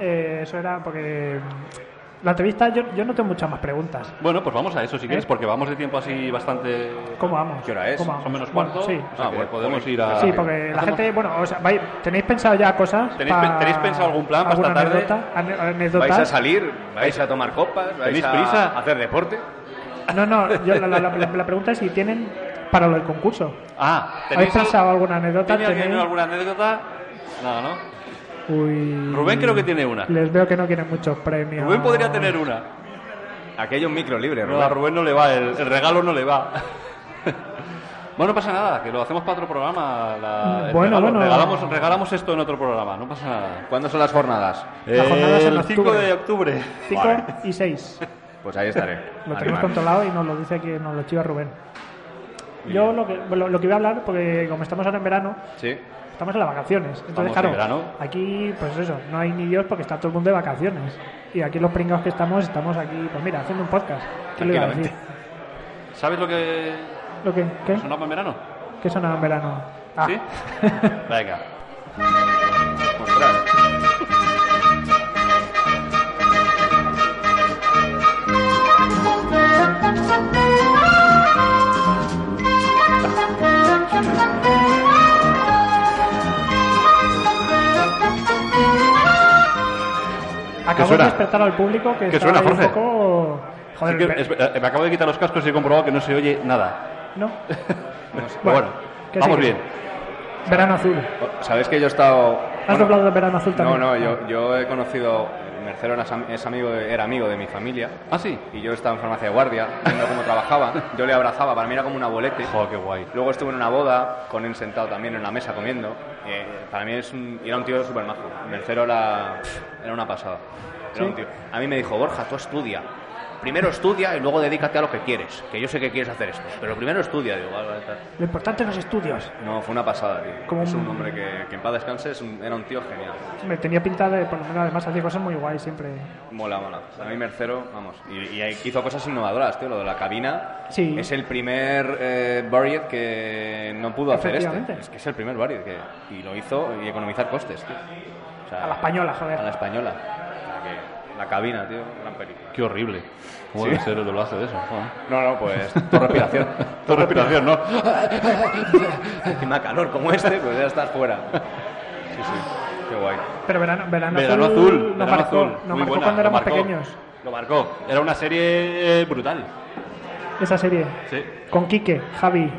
C: Eh, eso era porque... mm, La entrevista, yo, yo no tengo muchas más preguntas.
D: Bueno, pues vamos a eso si quieres,
C: ¿Eh?
D: porque vamos de tiempo así bastante.
C: ¿Cómo vamos?
H: ¿Qué hora es?
C: ¿Cómo vamos?
D: Son menos
C: Bueno,
D: cuarto.
C: sí.
D: o sea
H: Ah,
D: que
H: bueno,
D: podemos
H: pues,
D: ir a.
C: Sí, porque la gente, bueno, o sea, vais- ¿tenéis pensado ya cosas?
D: ¿Tenéis pe- tenéis pensado algún plan para
C: alguna
D: esta tarde?
C: anécdota? Ane- ¿Anécdotas?
H: ¿Vais a salir? ¿Vais a tomar copas? ¿Vais
D: ¿Tenéis
H: a
D: prisa?
H: hacer deporte?
C: No, no, yo, la, la- la- la- la pregunta es si tienen para lo del concurso.
D: Ah,
C: ¿Habéis
D: al-
C: pensado alguna anécdota?
D: ¿Tiene alguien
C: ¿Tenéis?
D: alguna anécdota? Nada, ¿no?
C: Uy,
D: Rubén creo que tiene una.
C: Les veo que no quieren muchos premios.
D: Rubén podría tener una.
H: Aquí hay un micro libre,
D: No, a
H: Rubén.
D: Rubén no le va, el, el regalo no le va. [LAUGHS] bueno, no pasa nada, que lo hacemos para otro programa. la- el
C: Bueno,
D: regalo-
C: bueno.
D: Regalamos, regalamos esto en otro programa, no pasa nada.
H: ¿Cuándo son las jornadas?
C: Las jornadas en
D: el 5
C: octubre.
D: de octubre.
C: 5
H: Vale.
C: y 6.
H: Pues ahí estaré.
C: Lo tenemos
H: Animad.
C: controlado y nos lo dice aquí, nos lo chiva Rubén. Yo lo que, lo, lo que iba a hablar, porque como estamos ahora en verano,
H: Sí.
C: estamos en las vacaciones. Entonces,
H: Estamos
C: claro,
H: en verano.
C: aquí, pues eso, no hay ni Dios porque está todo el mundo de vacaciones. Y aquí los pringados que estamos, estamos aquí, pues mira, haciendo un podcast. ¿Qué le iba a decir?
D: ¿Sabes lo que
C: ¿Lo que, ¿Qué?
D: sonaba en verano?
C: ¿Qué sonaba en verano? Ah. [LAUGHS]
D: ¿Sí? Venga.
C: Acabo de
D: suena?
C: despertar al público que
D: ¿Qué
C: estaba
D: suena,
C: ahí
D: Jorge?
C: un poco... Joder,
D: Así que,
C: ve-
D: espera, me acabo de quitar los cascos y he comprobado que no se oye nada.
C: ¿no?
D: Pero
C: Bueno,
D: bueno,
C: que
D: vamos
C: sí.
D: bien.
C: Verano azul.
H: ¿Sabes que yo he estado...
C: ¿Has doblado de verano azul
H: No,
C: también? Ah.
H: no, yo, yo he conocido... Mercero era sam- es amigo de- era amigo de mi familia.
D: ¿Ah, sí?
H: Y yo estaba en farmacia de guardia, viendo cómo trabajaba. Yo le abrazaba, para mí era como un abuelete.
D: ¡Joder, qué guay!
H: Luego estuve en una boda con él sentado también en la mesa comiendo. Eh, para mí es un, era un tío súper majo. Mercero era, era una pasada. Era
C: ¿Sí?
H: un tío. A mí me dijo, Borja, tú estudia. Primero estudia y luego dedícate a lo que quieres. Que yo sé que quieres hacer esto. Pero primero estudia, digo, "Vale, vale, tal".
C: Lo importante son los estudios.
H: No, fue una pasada, tío.
C: Como
H: es
C: un-
H: un hombre que, que en paz descanse es un- era un tío genial.
C: Me tenía pinta de, por lo menos, además hacía cosas muy guay siempre.
H: Mola, mola. A mí Mercero, vamos. Y, y ahí hizo cosas innovadoras, tío. Lo de la cabina.
C: Sí.
H: Es el primer eh, Buried que no pudo hacer este.
C: Efectivamente.
H: Es que es el primer Buried que... Y lo hizo y economizar costes, tío. O sea,
C: A la española,
H: A la
C: joder.
H: española. O sea, que La cabina, tío. Gran película.
D: Qué horrible. ¿Cómo
H: Sí.
D: debe ser el doblaje de eso? Joder.
H: No,
C: [LAUGHS]
H: no, pues... Tu respiración.
D: Tu respiración, ¿no?
H: Encima calor como este, pues ya estás fuera. Sí, sí. Qué guay.
C: Pero verano, verano,
D: Verano azul,
C: nos
D: verano
C: marcó,
D: azul.
C: nos
D: Muy
C: marcó
D: buena,
C: cuando
D: lo
C: éramos
D: marcó.
C: pequeños.
D: Lo marcó. Era una serie eh, brutal.
C: Esa serie.
D: Sí.
C: Con Quique, Javi,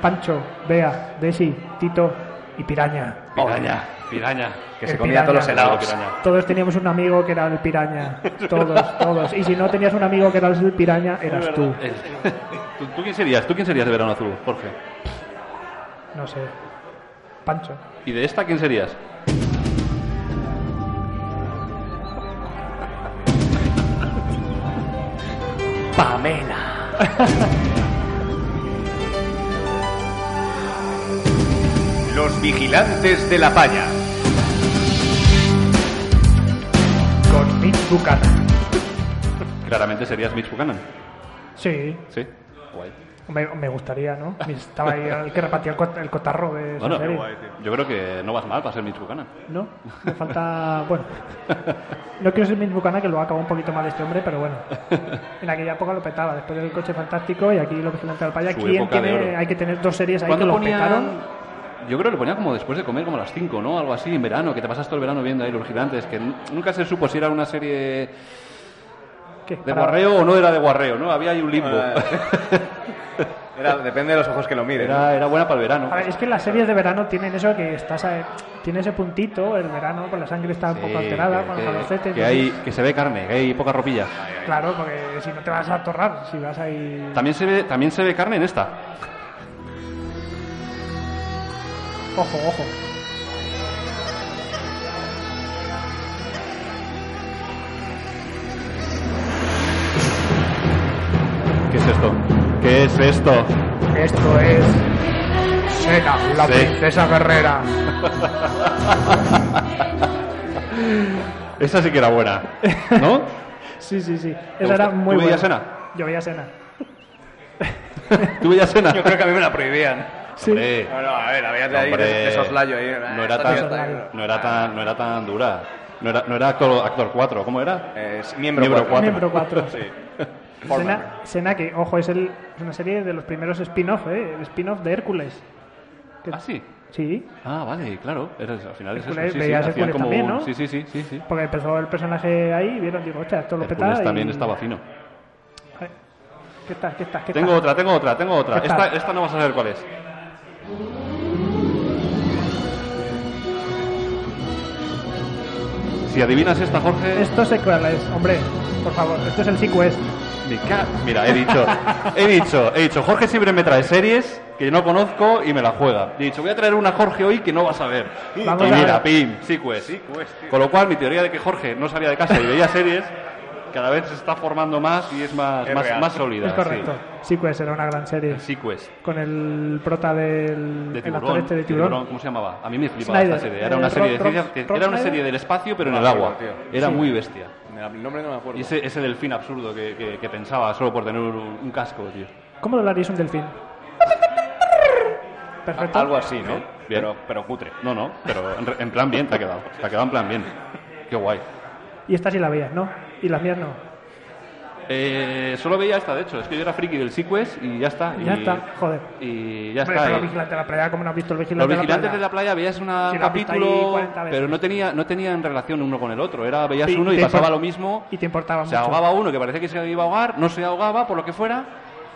C: Pancho, Bea, Desi, Tito y Piraña.
D: Piraña. Piraña.
H: Que
C: El
H: se comía todos los
C: piraña.
H: helados.
D: Piraña.
C: Todos teníamos un amigo que era el
D: [LAUGHS]
C: Piraña. Todos, todos. Y si no tenías un amigo que era el Piraña, eras tú.
D: El- ¿Tú, tú quién serías? ¿Tú quién serías de Verano Azul, Jorge?
C: No sé. Pancho.
D: ¿Y de esta quién serías?
C: Pamela.
A: Los vigilantes de la falla.
C: Con Mitch Buchanan.
D: Claramente serías Mitch Buchanan.
C: Sí.
D: Sí. Guay.
C: Me, me gustaría, ¿no? Estaba ahí el que repartía el, cot- el cotarro de esa
D: Bueno,
C: serie.
D: yo creo que no vas mal para ser Mitch Buchanan.
C: ¿No? Me falta. Bueno. No quiero ser Mitch Buchanan, que lo acabó un poquito mal este hombre, pero bueno. En aquella época lo petaba, después del coche fantástico y aquí lo vigilante al paya.
D: Su
C: ¿Quién
D: época de
C: tiene-
D: oro.
C: Hay que tener dos series ahí que
D: ¿Cuándo
C: lo
D: ponían?
C: petaron.
D: Yo creo que lo ponía como después de comer, como a las 5, ¿no? Algo así, en verano, que te pasas todo el verano viendo ahí los gigantes, que n- nunca se supo si era una serie
C: ¿Qué?
D: de
C: Para-
D: guarreo o no era de guarreo, ¿no? Había ahí un limbo.
H: Eh, Era, depende de los ojos que lo miren.
D: [LAUGHS] Era, era buena para el verano.
C: A ver, es que las series de verano tienen eso que estás. a- Tiene ese puntito, el verano, con la sangre está un
D: Sí,
C: poco alterada,
D: que-
C: con los
D: que-
C: adolescentes.
D: que, hay, que se ve carne, que hay poca ropilla.
C: Claro, porque si no te vas a atorrar, si vas ahí.
D: También se ve, también se ve carne en esta.
C: Ojo, ojo.
D: ¿Qué es esto? ¿Qué es esto?
C: Esto es. Sena, la
D: Sí.
C: princesa guerrera.
D: Esa sí que era
C: [LAUGHS]
D: buena, ¿no?
C: Sí, sí, sí.
D: ¿Te
C: Esa era
D: gusta?
C: muy
D: ¿Tú
C: buena.
D: veías Sena?
C: Yo veía Sena.
D: ¿Tú veías cena?
H: Yo creo que a mí me la prohibían.
C: Sí.
D: Hombre,
H: No, no, a ver, había de ahí
D: Hombre,
H: de, de soslayo ahí.
D: No era, tan, no, era tan, no era tan dura. No era, no era actor, actor 4, ¿cómo era?
H: Eh, es miembro,
D: Miembro
H: cuatro.
C: Miembro
D: [LAUGHS]
C: 4.
H: Foreman.
C: Sena, Sena, que ojo, es, el, es una serie de los primeros spin-off, ¿eh? El spin-off de Hércules. Que-
D: ¿Ah, sí?
C: Sí,
D: Ah, vale, claro. Era, al final es eso.
C: Hércules,
D: Sí, sí,
C: veías
D: hacían
C: Hércules
D: como
C: también,
D: un-
C: ¿no?
D: Sí, sí, sí. sí, sí.
C: porque empezó el personaje ahí y vieron, digo, hostia, esto lo peta.
D: Hércules
C: y-
D: también estaba fino.
C: Ay, ¿Qué estás? ¿Qué estás? ¿Qué
D: Tengo
C: estás?
D: otra, tengo otra, tengo otra.
C: ¿Qué tal?
D: Esta, esta no vas a saber cuál es. Si adivinas esta, Jorge,
C: Esto es Hércules, hombre, por favor, esto es el Sequest.
D: me ca- Mira, he dicho, he dicho, he dicho, Jorge siempre me trae series que no conozco y me la juega. He dicho, voy a traer una Jorge hoy que no vas a ver.
C: Vamos
D: y
C: a
D: mira,
C: ver. pues,
D: pim, sí, pues. Con lo cual, mi teoría de que Jorge no salía de casa y veía series cada vez se está formando más y es más,
C: Es
D: más,
C: real.
D: más sólida.
C: Es correcto. Sequest era una gran serie.
D: Sequest.
C: Con el prota del
D: De
C: el
D: tiburón,
C: actor este de
D: de
C: tiburón.
D: tiburón, ¿cómo se llamaba? A mí me flipaba
C: Snyder,
D: esta serie. Era
C: eh,
D: una serie, de
C: Rob-
D: ciencia-
C: Rob-
D: era una
C: Snyder.
D: serie del espacio, pero en
H: No
D: el
H: me acuerdo,
D: agua.
H: tío.
D: Era
H: Sí.
D: muy bestia.
H: El nombre no me acuerdo.
D: Y ese, ese delfín absurdo que, que- que pensaba solo por tener un, un casco, tío.
C: ¿Cómo doblarías un
D: [LAUGHS]
C: delfín? Perfecto.
D: Algo así, ¿no? Pero, pero cutre. No, no, pero en, re- en plan bien te ha quedado. Te ha quedado en plan bien. Qué guay.
C: Y esta sí la veías, ¿no? Y las mías no.
D: Eh, solo veía esta, de hecho. Es que yo era friki del Sequest y ya está.
C: Ya
D: Y-
C: está, joder.
D: Y ya
C: Hombre, pero
D: está. Y-
C: los vigilantes de la playa, como no has visto el
D: Los
C: vigilante
D: vigilantes
C: de
D: de
C: la
D: la playa veías una- un
C: Sí, la has visto ahí
D: capítulo,
C: 40 veces.
D: pero no tenía no tenían relación uno con el otro.
C: playa?
D: Era veías
C: Sí,
D: uno y
C: te
D: pasaba
C: import-
D: lo mismo.
C: Y te importaba
D: Se
C: mucho.
D: ahogaba uno que parecía que se iba a ahogar, no se ahogaba por lo que fuera,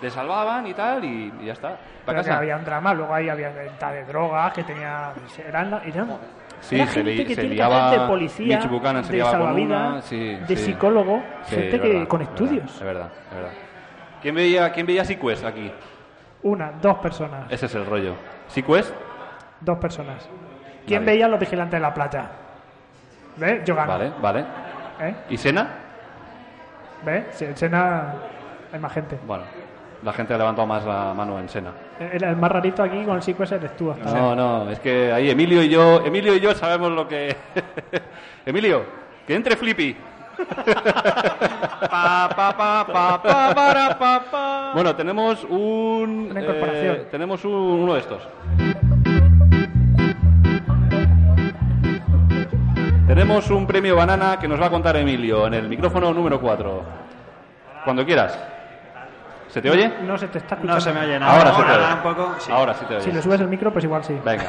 D: le salvaban y tal y, y ya está. Para
C: Pero que
D: casa.
C: había un drama, luego ahí había venta de drogas, que tenía... Eran, eran,
D: Sí,
C: era
D: se
C: gente
D: li-
C: que
D: se
C: tiene
D: liaba-
C: carnet de policía,
D: Mitch Buchanan se
C: de
D: liaba con
C: salvavidas,
D: una, sí,
C: de
D: sí.
C: psicólogo,
D: Sí,
C: gente
D: es
C: que
D: verdad,
C: con
D: es verdad,
C: estudios.
D: Es verdad, es verdad. ¿Quién veía, quién veía Sequest aquí?
C: Una, dos personas,
D: Ese es el rollo. Sequest,
C: dos personas. ¿Quién
D: Nadie.
C: veía a los vigilantes de la playa? ¿Ve? Yo gano.
D: vale, vale.
C: ¿Eh?
D: ¿Y Sena?
C: ¿Ve? Si en Sena hay más gente.
D: Bueno, la gente ha levantado más la mano en Sena.
C: El, el más rarito aquí con el psico es eres tú. hasta ahora.
D: No, no, es que ahí Emilio y yo, Emilio y yo sabemos lo que. [LAUGHS] Emilio, que entre Flippy. Pa, pa, pa, pa, pa, para, pa, pa. Bueno, tenemos un.
C: Una incorporación.
D: eh, tenemos un- uno de estos. Tenemos un premio banana que nos va a contar Emilio en el micrófono número 4. Cuando quieras. ¿Se te oye?
C: No se te está escuchando.
L: No se me oye nada.
D: Ahora se te
L: Ahora
D: oye.
L: un poco, sí.
D: Ahora sí te oye.
C: Si le subes el micro, pues igual sí.
D: Venga.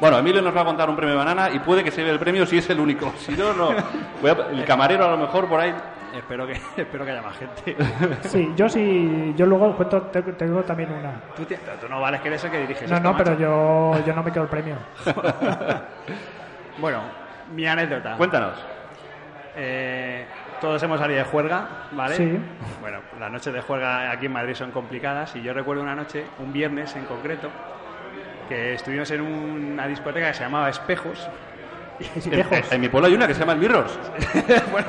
D: Bueno, Emilio nos va a contar un premio banana y puede que se lleve el premio si es el único. Si no, no. Voy a- el camarero a lo mejor por ahí.
L: Espero que, [LAUGHS] espero que haya más gente.
C: Sí, yo sí, yo luego cuento, te- tengo también una.
L: Tú, te- pero tú no vales que eres el que diriges.
C: No,
L: esto,
C: no, pero
L: macho.
C: yo, yo no me quedo el premio.
L: Bueno, mi anécdota.
D: Cuéntanos.
L: Eh, todos hemos salido de juerga, ¿vale?
C: Sí.
L: Bueno, las noches de juerga aquí en Madrid son complicadas y yo recuerdo una noche, un viernes en concreto, que estuvimos en una discoteca que se llamaba Espejos.
D: En, en- en mi pueblo hay una que se llama
C: [LAUGHS]
D: el Mirrors.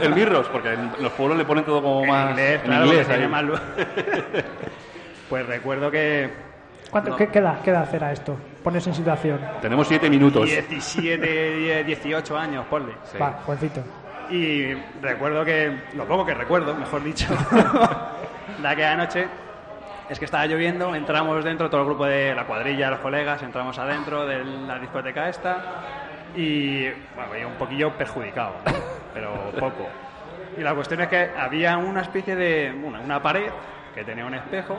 D: El Mirrors, porque en los pueblos le ponen todo como
L: En
D: más.
L: inglés,
D: Ah, en
L: claro,
D: inglés
L: porque tenía
D: ahí.
L: más luz. [LAUGHS] pues recuerdo que...
C: ¿Cuánto,
L: No.
C: ¿Qué queda, queda hacer a esto? Pones en situación.
D: Tenemos siete minutos.
L: 17, 18 años, ponle.
C: Va, jovencito.
L: Y recuerdo que, lo poco que recuerdo, mejor dicho, de aquella noche, es que estaba lloviendo, entramos dentro, todo el grupo de la cuadrilla, los colegas, entramos adentro de la discoteca esta y, bueno, yo un poquillo perjudicado, ¿no? pero poco. Y la cuestión es que había una especie de, una, una pared que tenía un espejo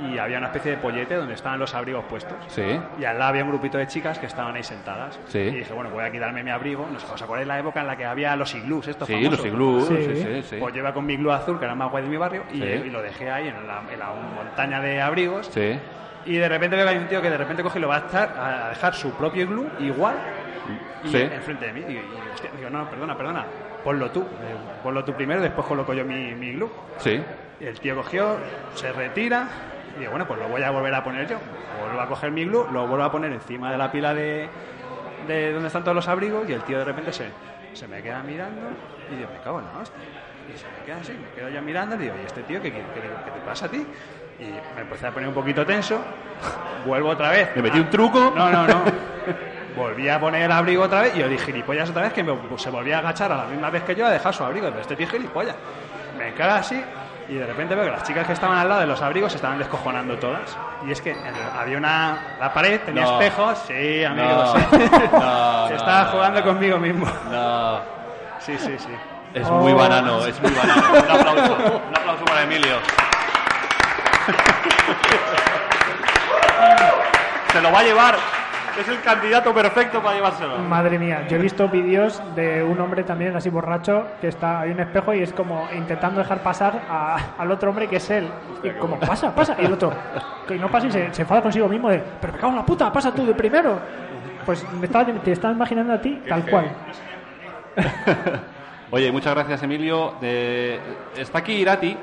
L: y había una especie de pollete donde estaban los abrigos puestos.
D: Sí.
L: Y al lado había un grupito de chicas que estaban ahí sentadas.
D: Sí.
L: Y dije, bueno, voy a quitarme mi abrigo. No sé, ¿Os acordáis la época en la que había los iglús estos
D: Sí,
L: famosos?
D: los iglús, Sí. sí, sí, sí.
L: Pues yo iba con mi iglú azul, que era el más guay de mi barrio, y,
D: Sí.
L: y lo dejé ahí en la, en la montaña de abrigos.
D: Sí.
L: Y de repente veo que hay un tío que de repente coge y lo va a, estar, a dejar su propio iglú, igual, y
D: Sí.
L: enfrente de mí. Y, y, hostia, digo, no, perdona, perdona, ponlo tú. Eh, Ponlo tú primero, después coloco yo mi, mi iglú.
D: Sí.
L: Y El tío cogió, se retira y digo, bueno, pues lo voy a volver a poner yo. Vuelvo a coger mi glue, lo vuelvo a poner encima de la pila de, de donde están todos los abrigos y el tío de repente se, se me queda mirando y digo, me cago en la hostia. Y se me queda así, me quedo yo mirando y digo, ¿y este tío qué, qué, qué- qué te pasa a ti? Y me empecé a poner un poquito tenso, [LAUGHS] vuelvo otra vez.
D: Le metí un truco.
L: No, no, no. Volví a poner el abrigo otra vez y yo dije gilipollas otra vez que me, pues, se volvía a agachar a la misma vez que yo a dejar su abrigo. Pero este tío es gilipollas. Me caga así y de repente veo que las chicas que estaban al lado de los abrigos se estaban descojonando todas. Y es que en el- había una... La pared tenía
D: No.
L: espejos. Sí, amigos.
D: No.
L: [LAUGHS]
D: No,
L: se
D: no,
L: estaba
D: no,
L: jugando conmigo mismo.
D: No.
L: Sí, sí, sí.
D: Es muy
L: Oh.
D: banano, es muy
C: [LAUGHS]
D: banano. Un aplauso, un aplauso para Emilio. Se lo va a llevar. Es el candidato perfecto para llevárselo.
C: Madre mía, yo he visto vídeos de un hombre también así borracho que está hay un espejo y es como intentando dejar pasar a- al otro hombre que es él. Y como, pasa, pasa. Y el otro, que no pasa y se, se enfada consigo mismo de, pero me cago en la puta, pasa tú de primero. Pues me estaba, te estaba imaginando a ti tal cual.
D: Oye, muchas gracias, Emilio. De- Está aquí Irati.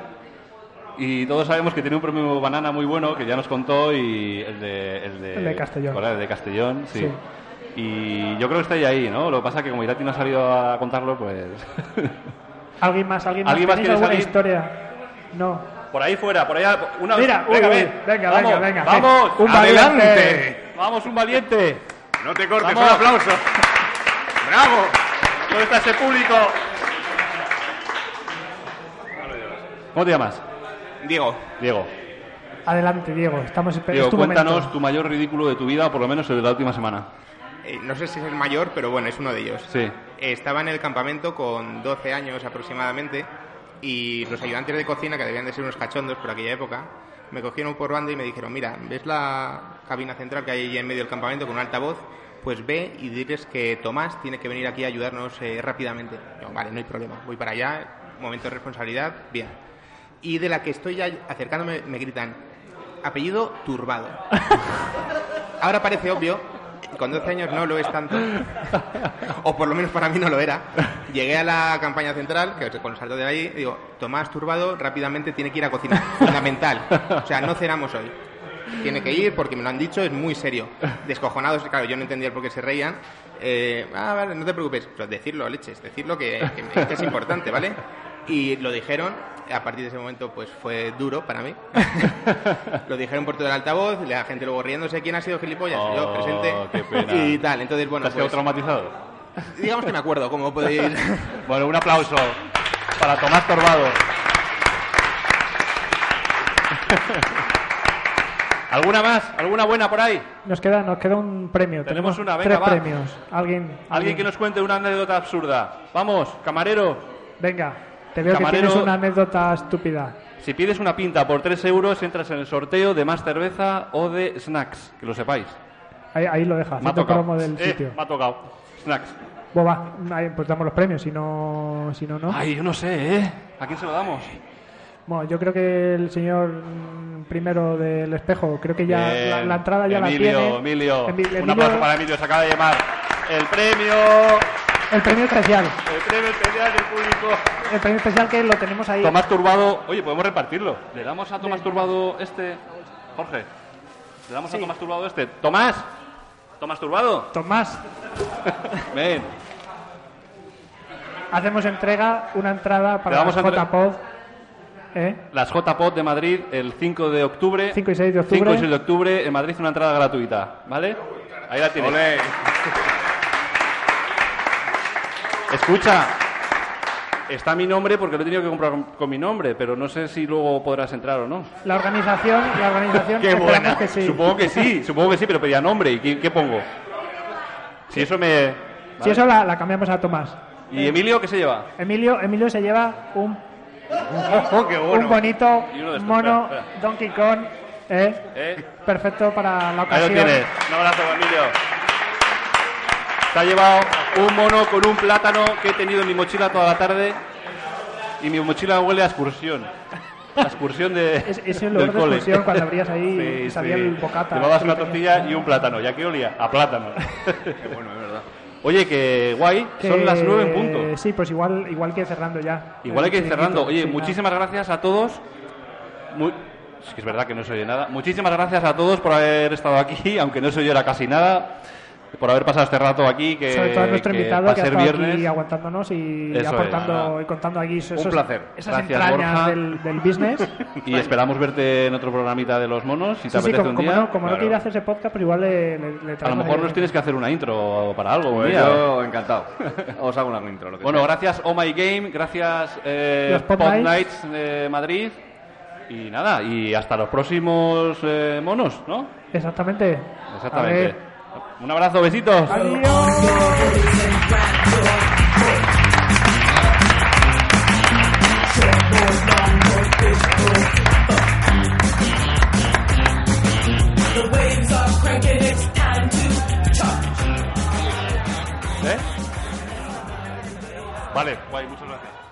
D: Y todos sabemos que tiene un premio banana muy bueno que ya nos contó y el de, el de,
C: El de Castellón.
D: ¿cuál era? El de Castellón, sí.
C: Sí.
D: Y yo creo que está ahí, ¿no? Lo que pasa es que como Irati no ha salido a contarlo, pues
C: ¿Alguien más? ¿Alguien más?
D: ¿Alguien
C: ¿Tenéis
D: más quiere
C: alguna
D: salir?
C: historia? No.
D: Por ahí fuera, por allá. Una
C: Mira,
D: venga,
C: uy, uy,
D: ven.
C: venga,
D: vamos,
C: venga, venga.
D: Vamos,
C: Un
D: adelante.
C: valiente.
D: Vamos, un valiente.
A: No te cortes,
D: Vamos.
A: un aplauso. ¡Bravo!
D: ¿Dónde está ese público? [LAUGHS] ¿Cómo te llamas?
M: Diego.
D: Diego.
C: Adelante, Diego. Estamos esperando.
D: Diego,
C: Es tu
D: cuéntanos
C: momento.
D: tu mayor ridículo de tu vida, o por lo menos el de la última semana.
H: Eh, no sé si es el mayor, pero bueno, es uno de ellos.
D: Sí.
H: Eh, Estaba en el campamento con 12 años aproximadamente y los ayudantes de cocina, que debían de ser unos cachondos por aquella época, me cogieron por banda y me dijeron, mira, ¿ves la cabina central que hay allí en medio del campamento con un altavoz? Pues ve y diles que Tomás tiene que venir aquí a ayudarnos eh, rápidamente. Yo, vale, no hay problema, voy para allá, momento de responsabilidad, bien. Y de la que estoy ya acercándome me gritan, apellido Turbado. [LAUGHS] Ahora parece obvio, con 12 años no lo es tanto, o por lo menos para mí no lo era. Llegué a la campaña central, que con el salto de ahí, digo, Tomás Turbado rápidamente tiene que ir a cocinar, fundamental. O sea, no cenamos hoy. Tiene que ir porque me lo han dicho, es muy serio. Descojonados, claro, yo no entendía el por qué se reían. Eh, ah, vale, no te preocupes, Pero decirlo, leches, decirlo que, que- que es importante, ¿vale? Y lo dijeron, a partir de ese momento pues fue duro para mí. lo dijeron por todo el altavoz, la gente luego riéndose, ¿quién ha sido gilipollas? Y yo
D: Oh,
H: presente
D: qué pena.
H: [LAUGHS] y tal, entonces bueno. pues-
D: ¿Te has quedado traumatizado?
H: Digamos que me acuerdo, como podéis...
D: [LAUGHS] Bueno, un aplauso para Tomás Torbado. [LAUGHS] ¿Alguna más? ¿Alguna buena por ahí?
C: Nos queda, nos queda un premio.
D: Tenemos
C: Tenemos,
D: una, venga,
C: tres
D: va.
C: premios. Alguien,
D: Alguien que nos cuente una anécdota absurda. Vamos, camarero.
C: Venga, te veo
D: Camarero.
C: que tienes una anécdota estúpida.
D: Si pides una pinta por 3 euros, entras en el sorteo de más cerveza o de snacks, que lo sepáis.
C: Ahí, ahí lo dejas.
D: Me ha
C: haciendo
D: tocado.
C: promo del
D: Eh,
C: sitio.
D: me ha tocado. Snacks.
C: Boba, ahí, pues damos los premios, si no, si no, no.
D: Ay, yo no sé, ¿eh? ¿A quién se lo damos?
C: Bueno, yo creo que el señor mm, primero del espejo, creo que ya
D: Bien.
C: la, la entrada ya
D: Emilio,
C: la tiene.
D: Emilio,
C: Emi-
D: Un
C: Emilio,
D: aplauso para Emilio, se acaba de llamar el premio.
C: El premio especial.
D: El premio especial del público.
C: El premio especial que lo tenemos ahí.
D: Tomás Turbado, oye, podemos repartirlo. Le damos a Tomás Turbado este, Jorge. Le damos a Tomás Turbado este. Tomás, Tomás Turbado.
C: Tomás,
D: Ven,
C: hacemos entrega, una entrada para
D: damos a entre-
C: JPod. ¿Eh?
D: las JPOT de Madrid el 5 de octubre.
C: 5 y 6 de octubre.
D: 5 y 6 de octubre en Madrid una entrada gratuita, ¿vale? Ahí la tienes.
A: Ole.
D: Escucha, está mi nombre porque lo he tenido que comprar con, con mi nombre, pero no sé si luego podrás entrar o no.
C: La organización, la organización.
D: [LAUGHS] Qué
C: esperamos
D: buena.
C: que sí.
D: Supongo que sí, supongo que sí, pero pedía nombre. ¿Y qué, qué pongo? Si eso me.
C: Si
D: Vale.
C: eso la, la cambiamos a Tomás.
D: ¿Y Emilio qué se lleva?
C: Emilio, Emilio se lleva
D: [LAUGHS]
C: un,
D: Oh, qué
C: un bonito
D: Y uno de estos,
C: mono
D: espera, espera.
C: Donkey Kong. ¿eh?
D: ¿Eh?
C: Perfecto para la
D: Ahí lo
C: ocasión.
D: tienes. Un abrazo, Emilio. Se ha llevado un mono con un plátano que he tenido en mi mochila toda la tarde y mi mochila huele a excursión. La excursión de.
C: [LAUGHS] Es, es el
D: del
C: olor de
D: cole.
C: excursión cuando abrías ahí
D: [LAUGHS] Sí,
C: y salía
D: sí.
C: el bocata.
D: Llevabas
C: Eso
D: una
C: lo tenías.
D: tortilla y un plátano. ¿Ya qué olía? A plátano. bueno, es verdad. Oye, que guay. Son
C: Que-
D: las nueve en punto.
C: Sí, pues igual, igual que cerrando ya.
D: Igual hay que ir
C: Sí,
D: cerrando.
C: sí,
D: Oye,
C: sí,
D: muchísimas gracias a todos. Mu- es que es verdad que no se oye nada. Muchísimas gracias a todos por haber estado aquí, [LAUGHS] aunque no se oyera casi nada. Por haber pasado este rato aquí, que,
C: Sobre todo a nuestro
D: que
C: invitado
D: va a
C: que ha
D: ser
C: estado
D: viernes.
C: aquí aguantándonos y
D: Eso
C: aportando y contando aquí esos,
D: placer.
C: esas
D: Gracias,
C: entrañas
D: Borja.
C: del, del
D: [LAUGHS]
C: business.
D: Y esperamos verte en otro programita de los monos,
C: Sí,
D: si te
C: sí,
D: apetece
C: como,
D: un
C: como
D: día.
C: no, como no
D: Claro.
C: quiere hacer ese podcast, pero igual le, le, le
D: a lo
C: traemos
D: mejor
C: ahí-
D: nos tienes que hacer una intro para algo. un
M: Pues
D: día.
M: yo encantado. Os hago una intro. Lo que
D: Bueno,
M: sea.
D: gracias Oh My Game, gracias eh,
M: Los Pod
D: Pod
M: Nights.
D: Nights eh, Madrid. Y nada, y hasta los próximos eh, monos, ¿no?
C: Exactamente. A
D: Exactamente.
C: ver.
D: Un abrazo, besitos.
B: The waves are cranking, it's time to talk.
D: ¿Eh? Vale, guay, muchas gracias.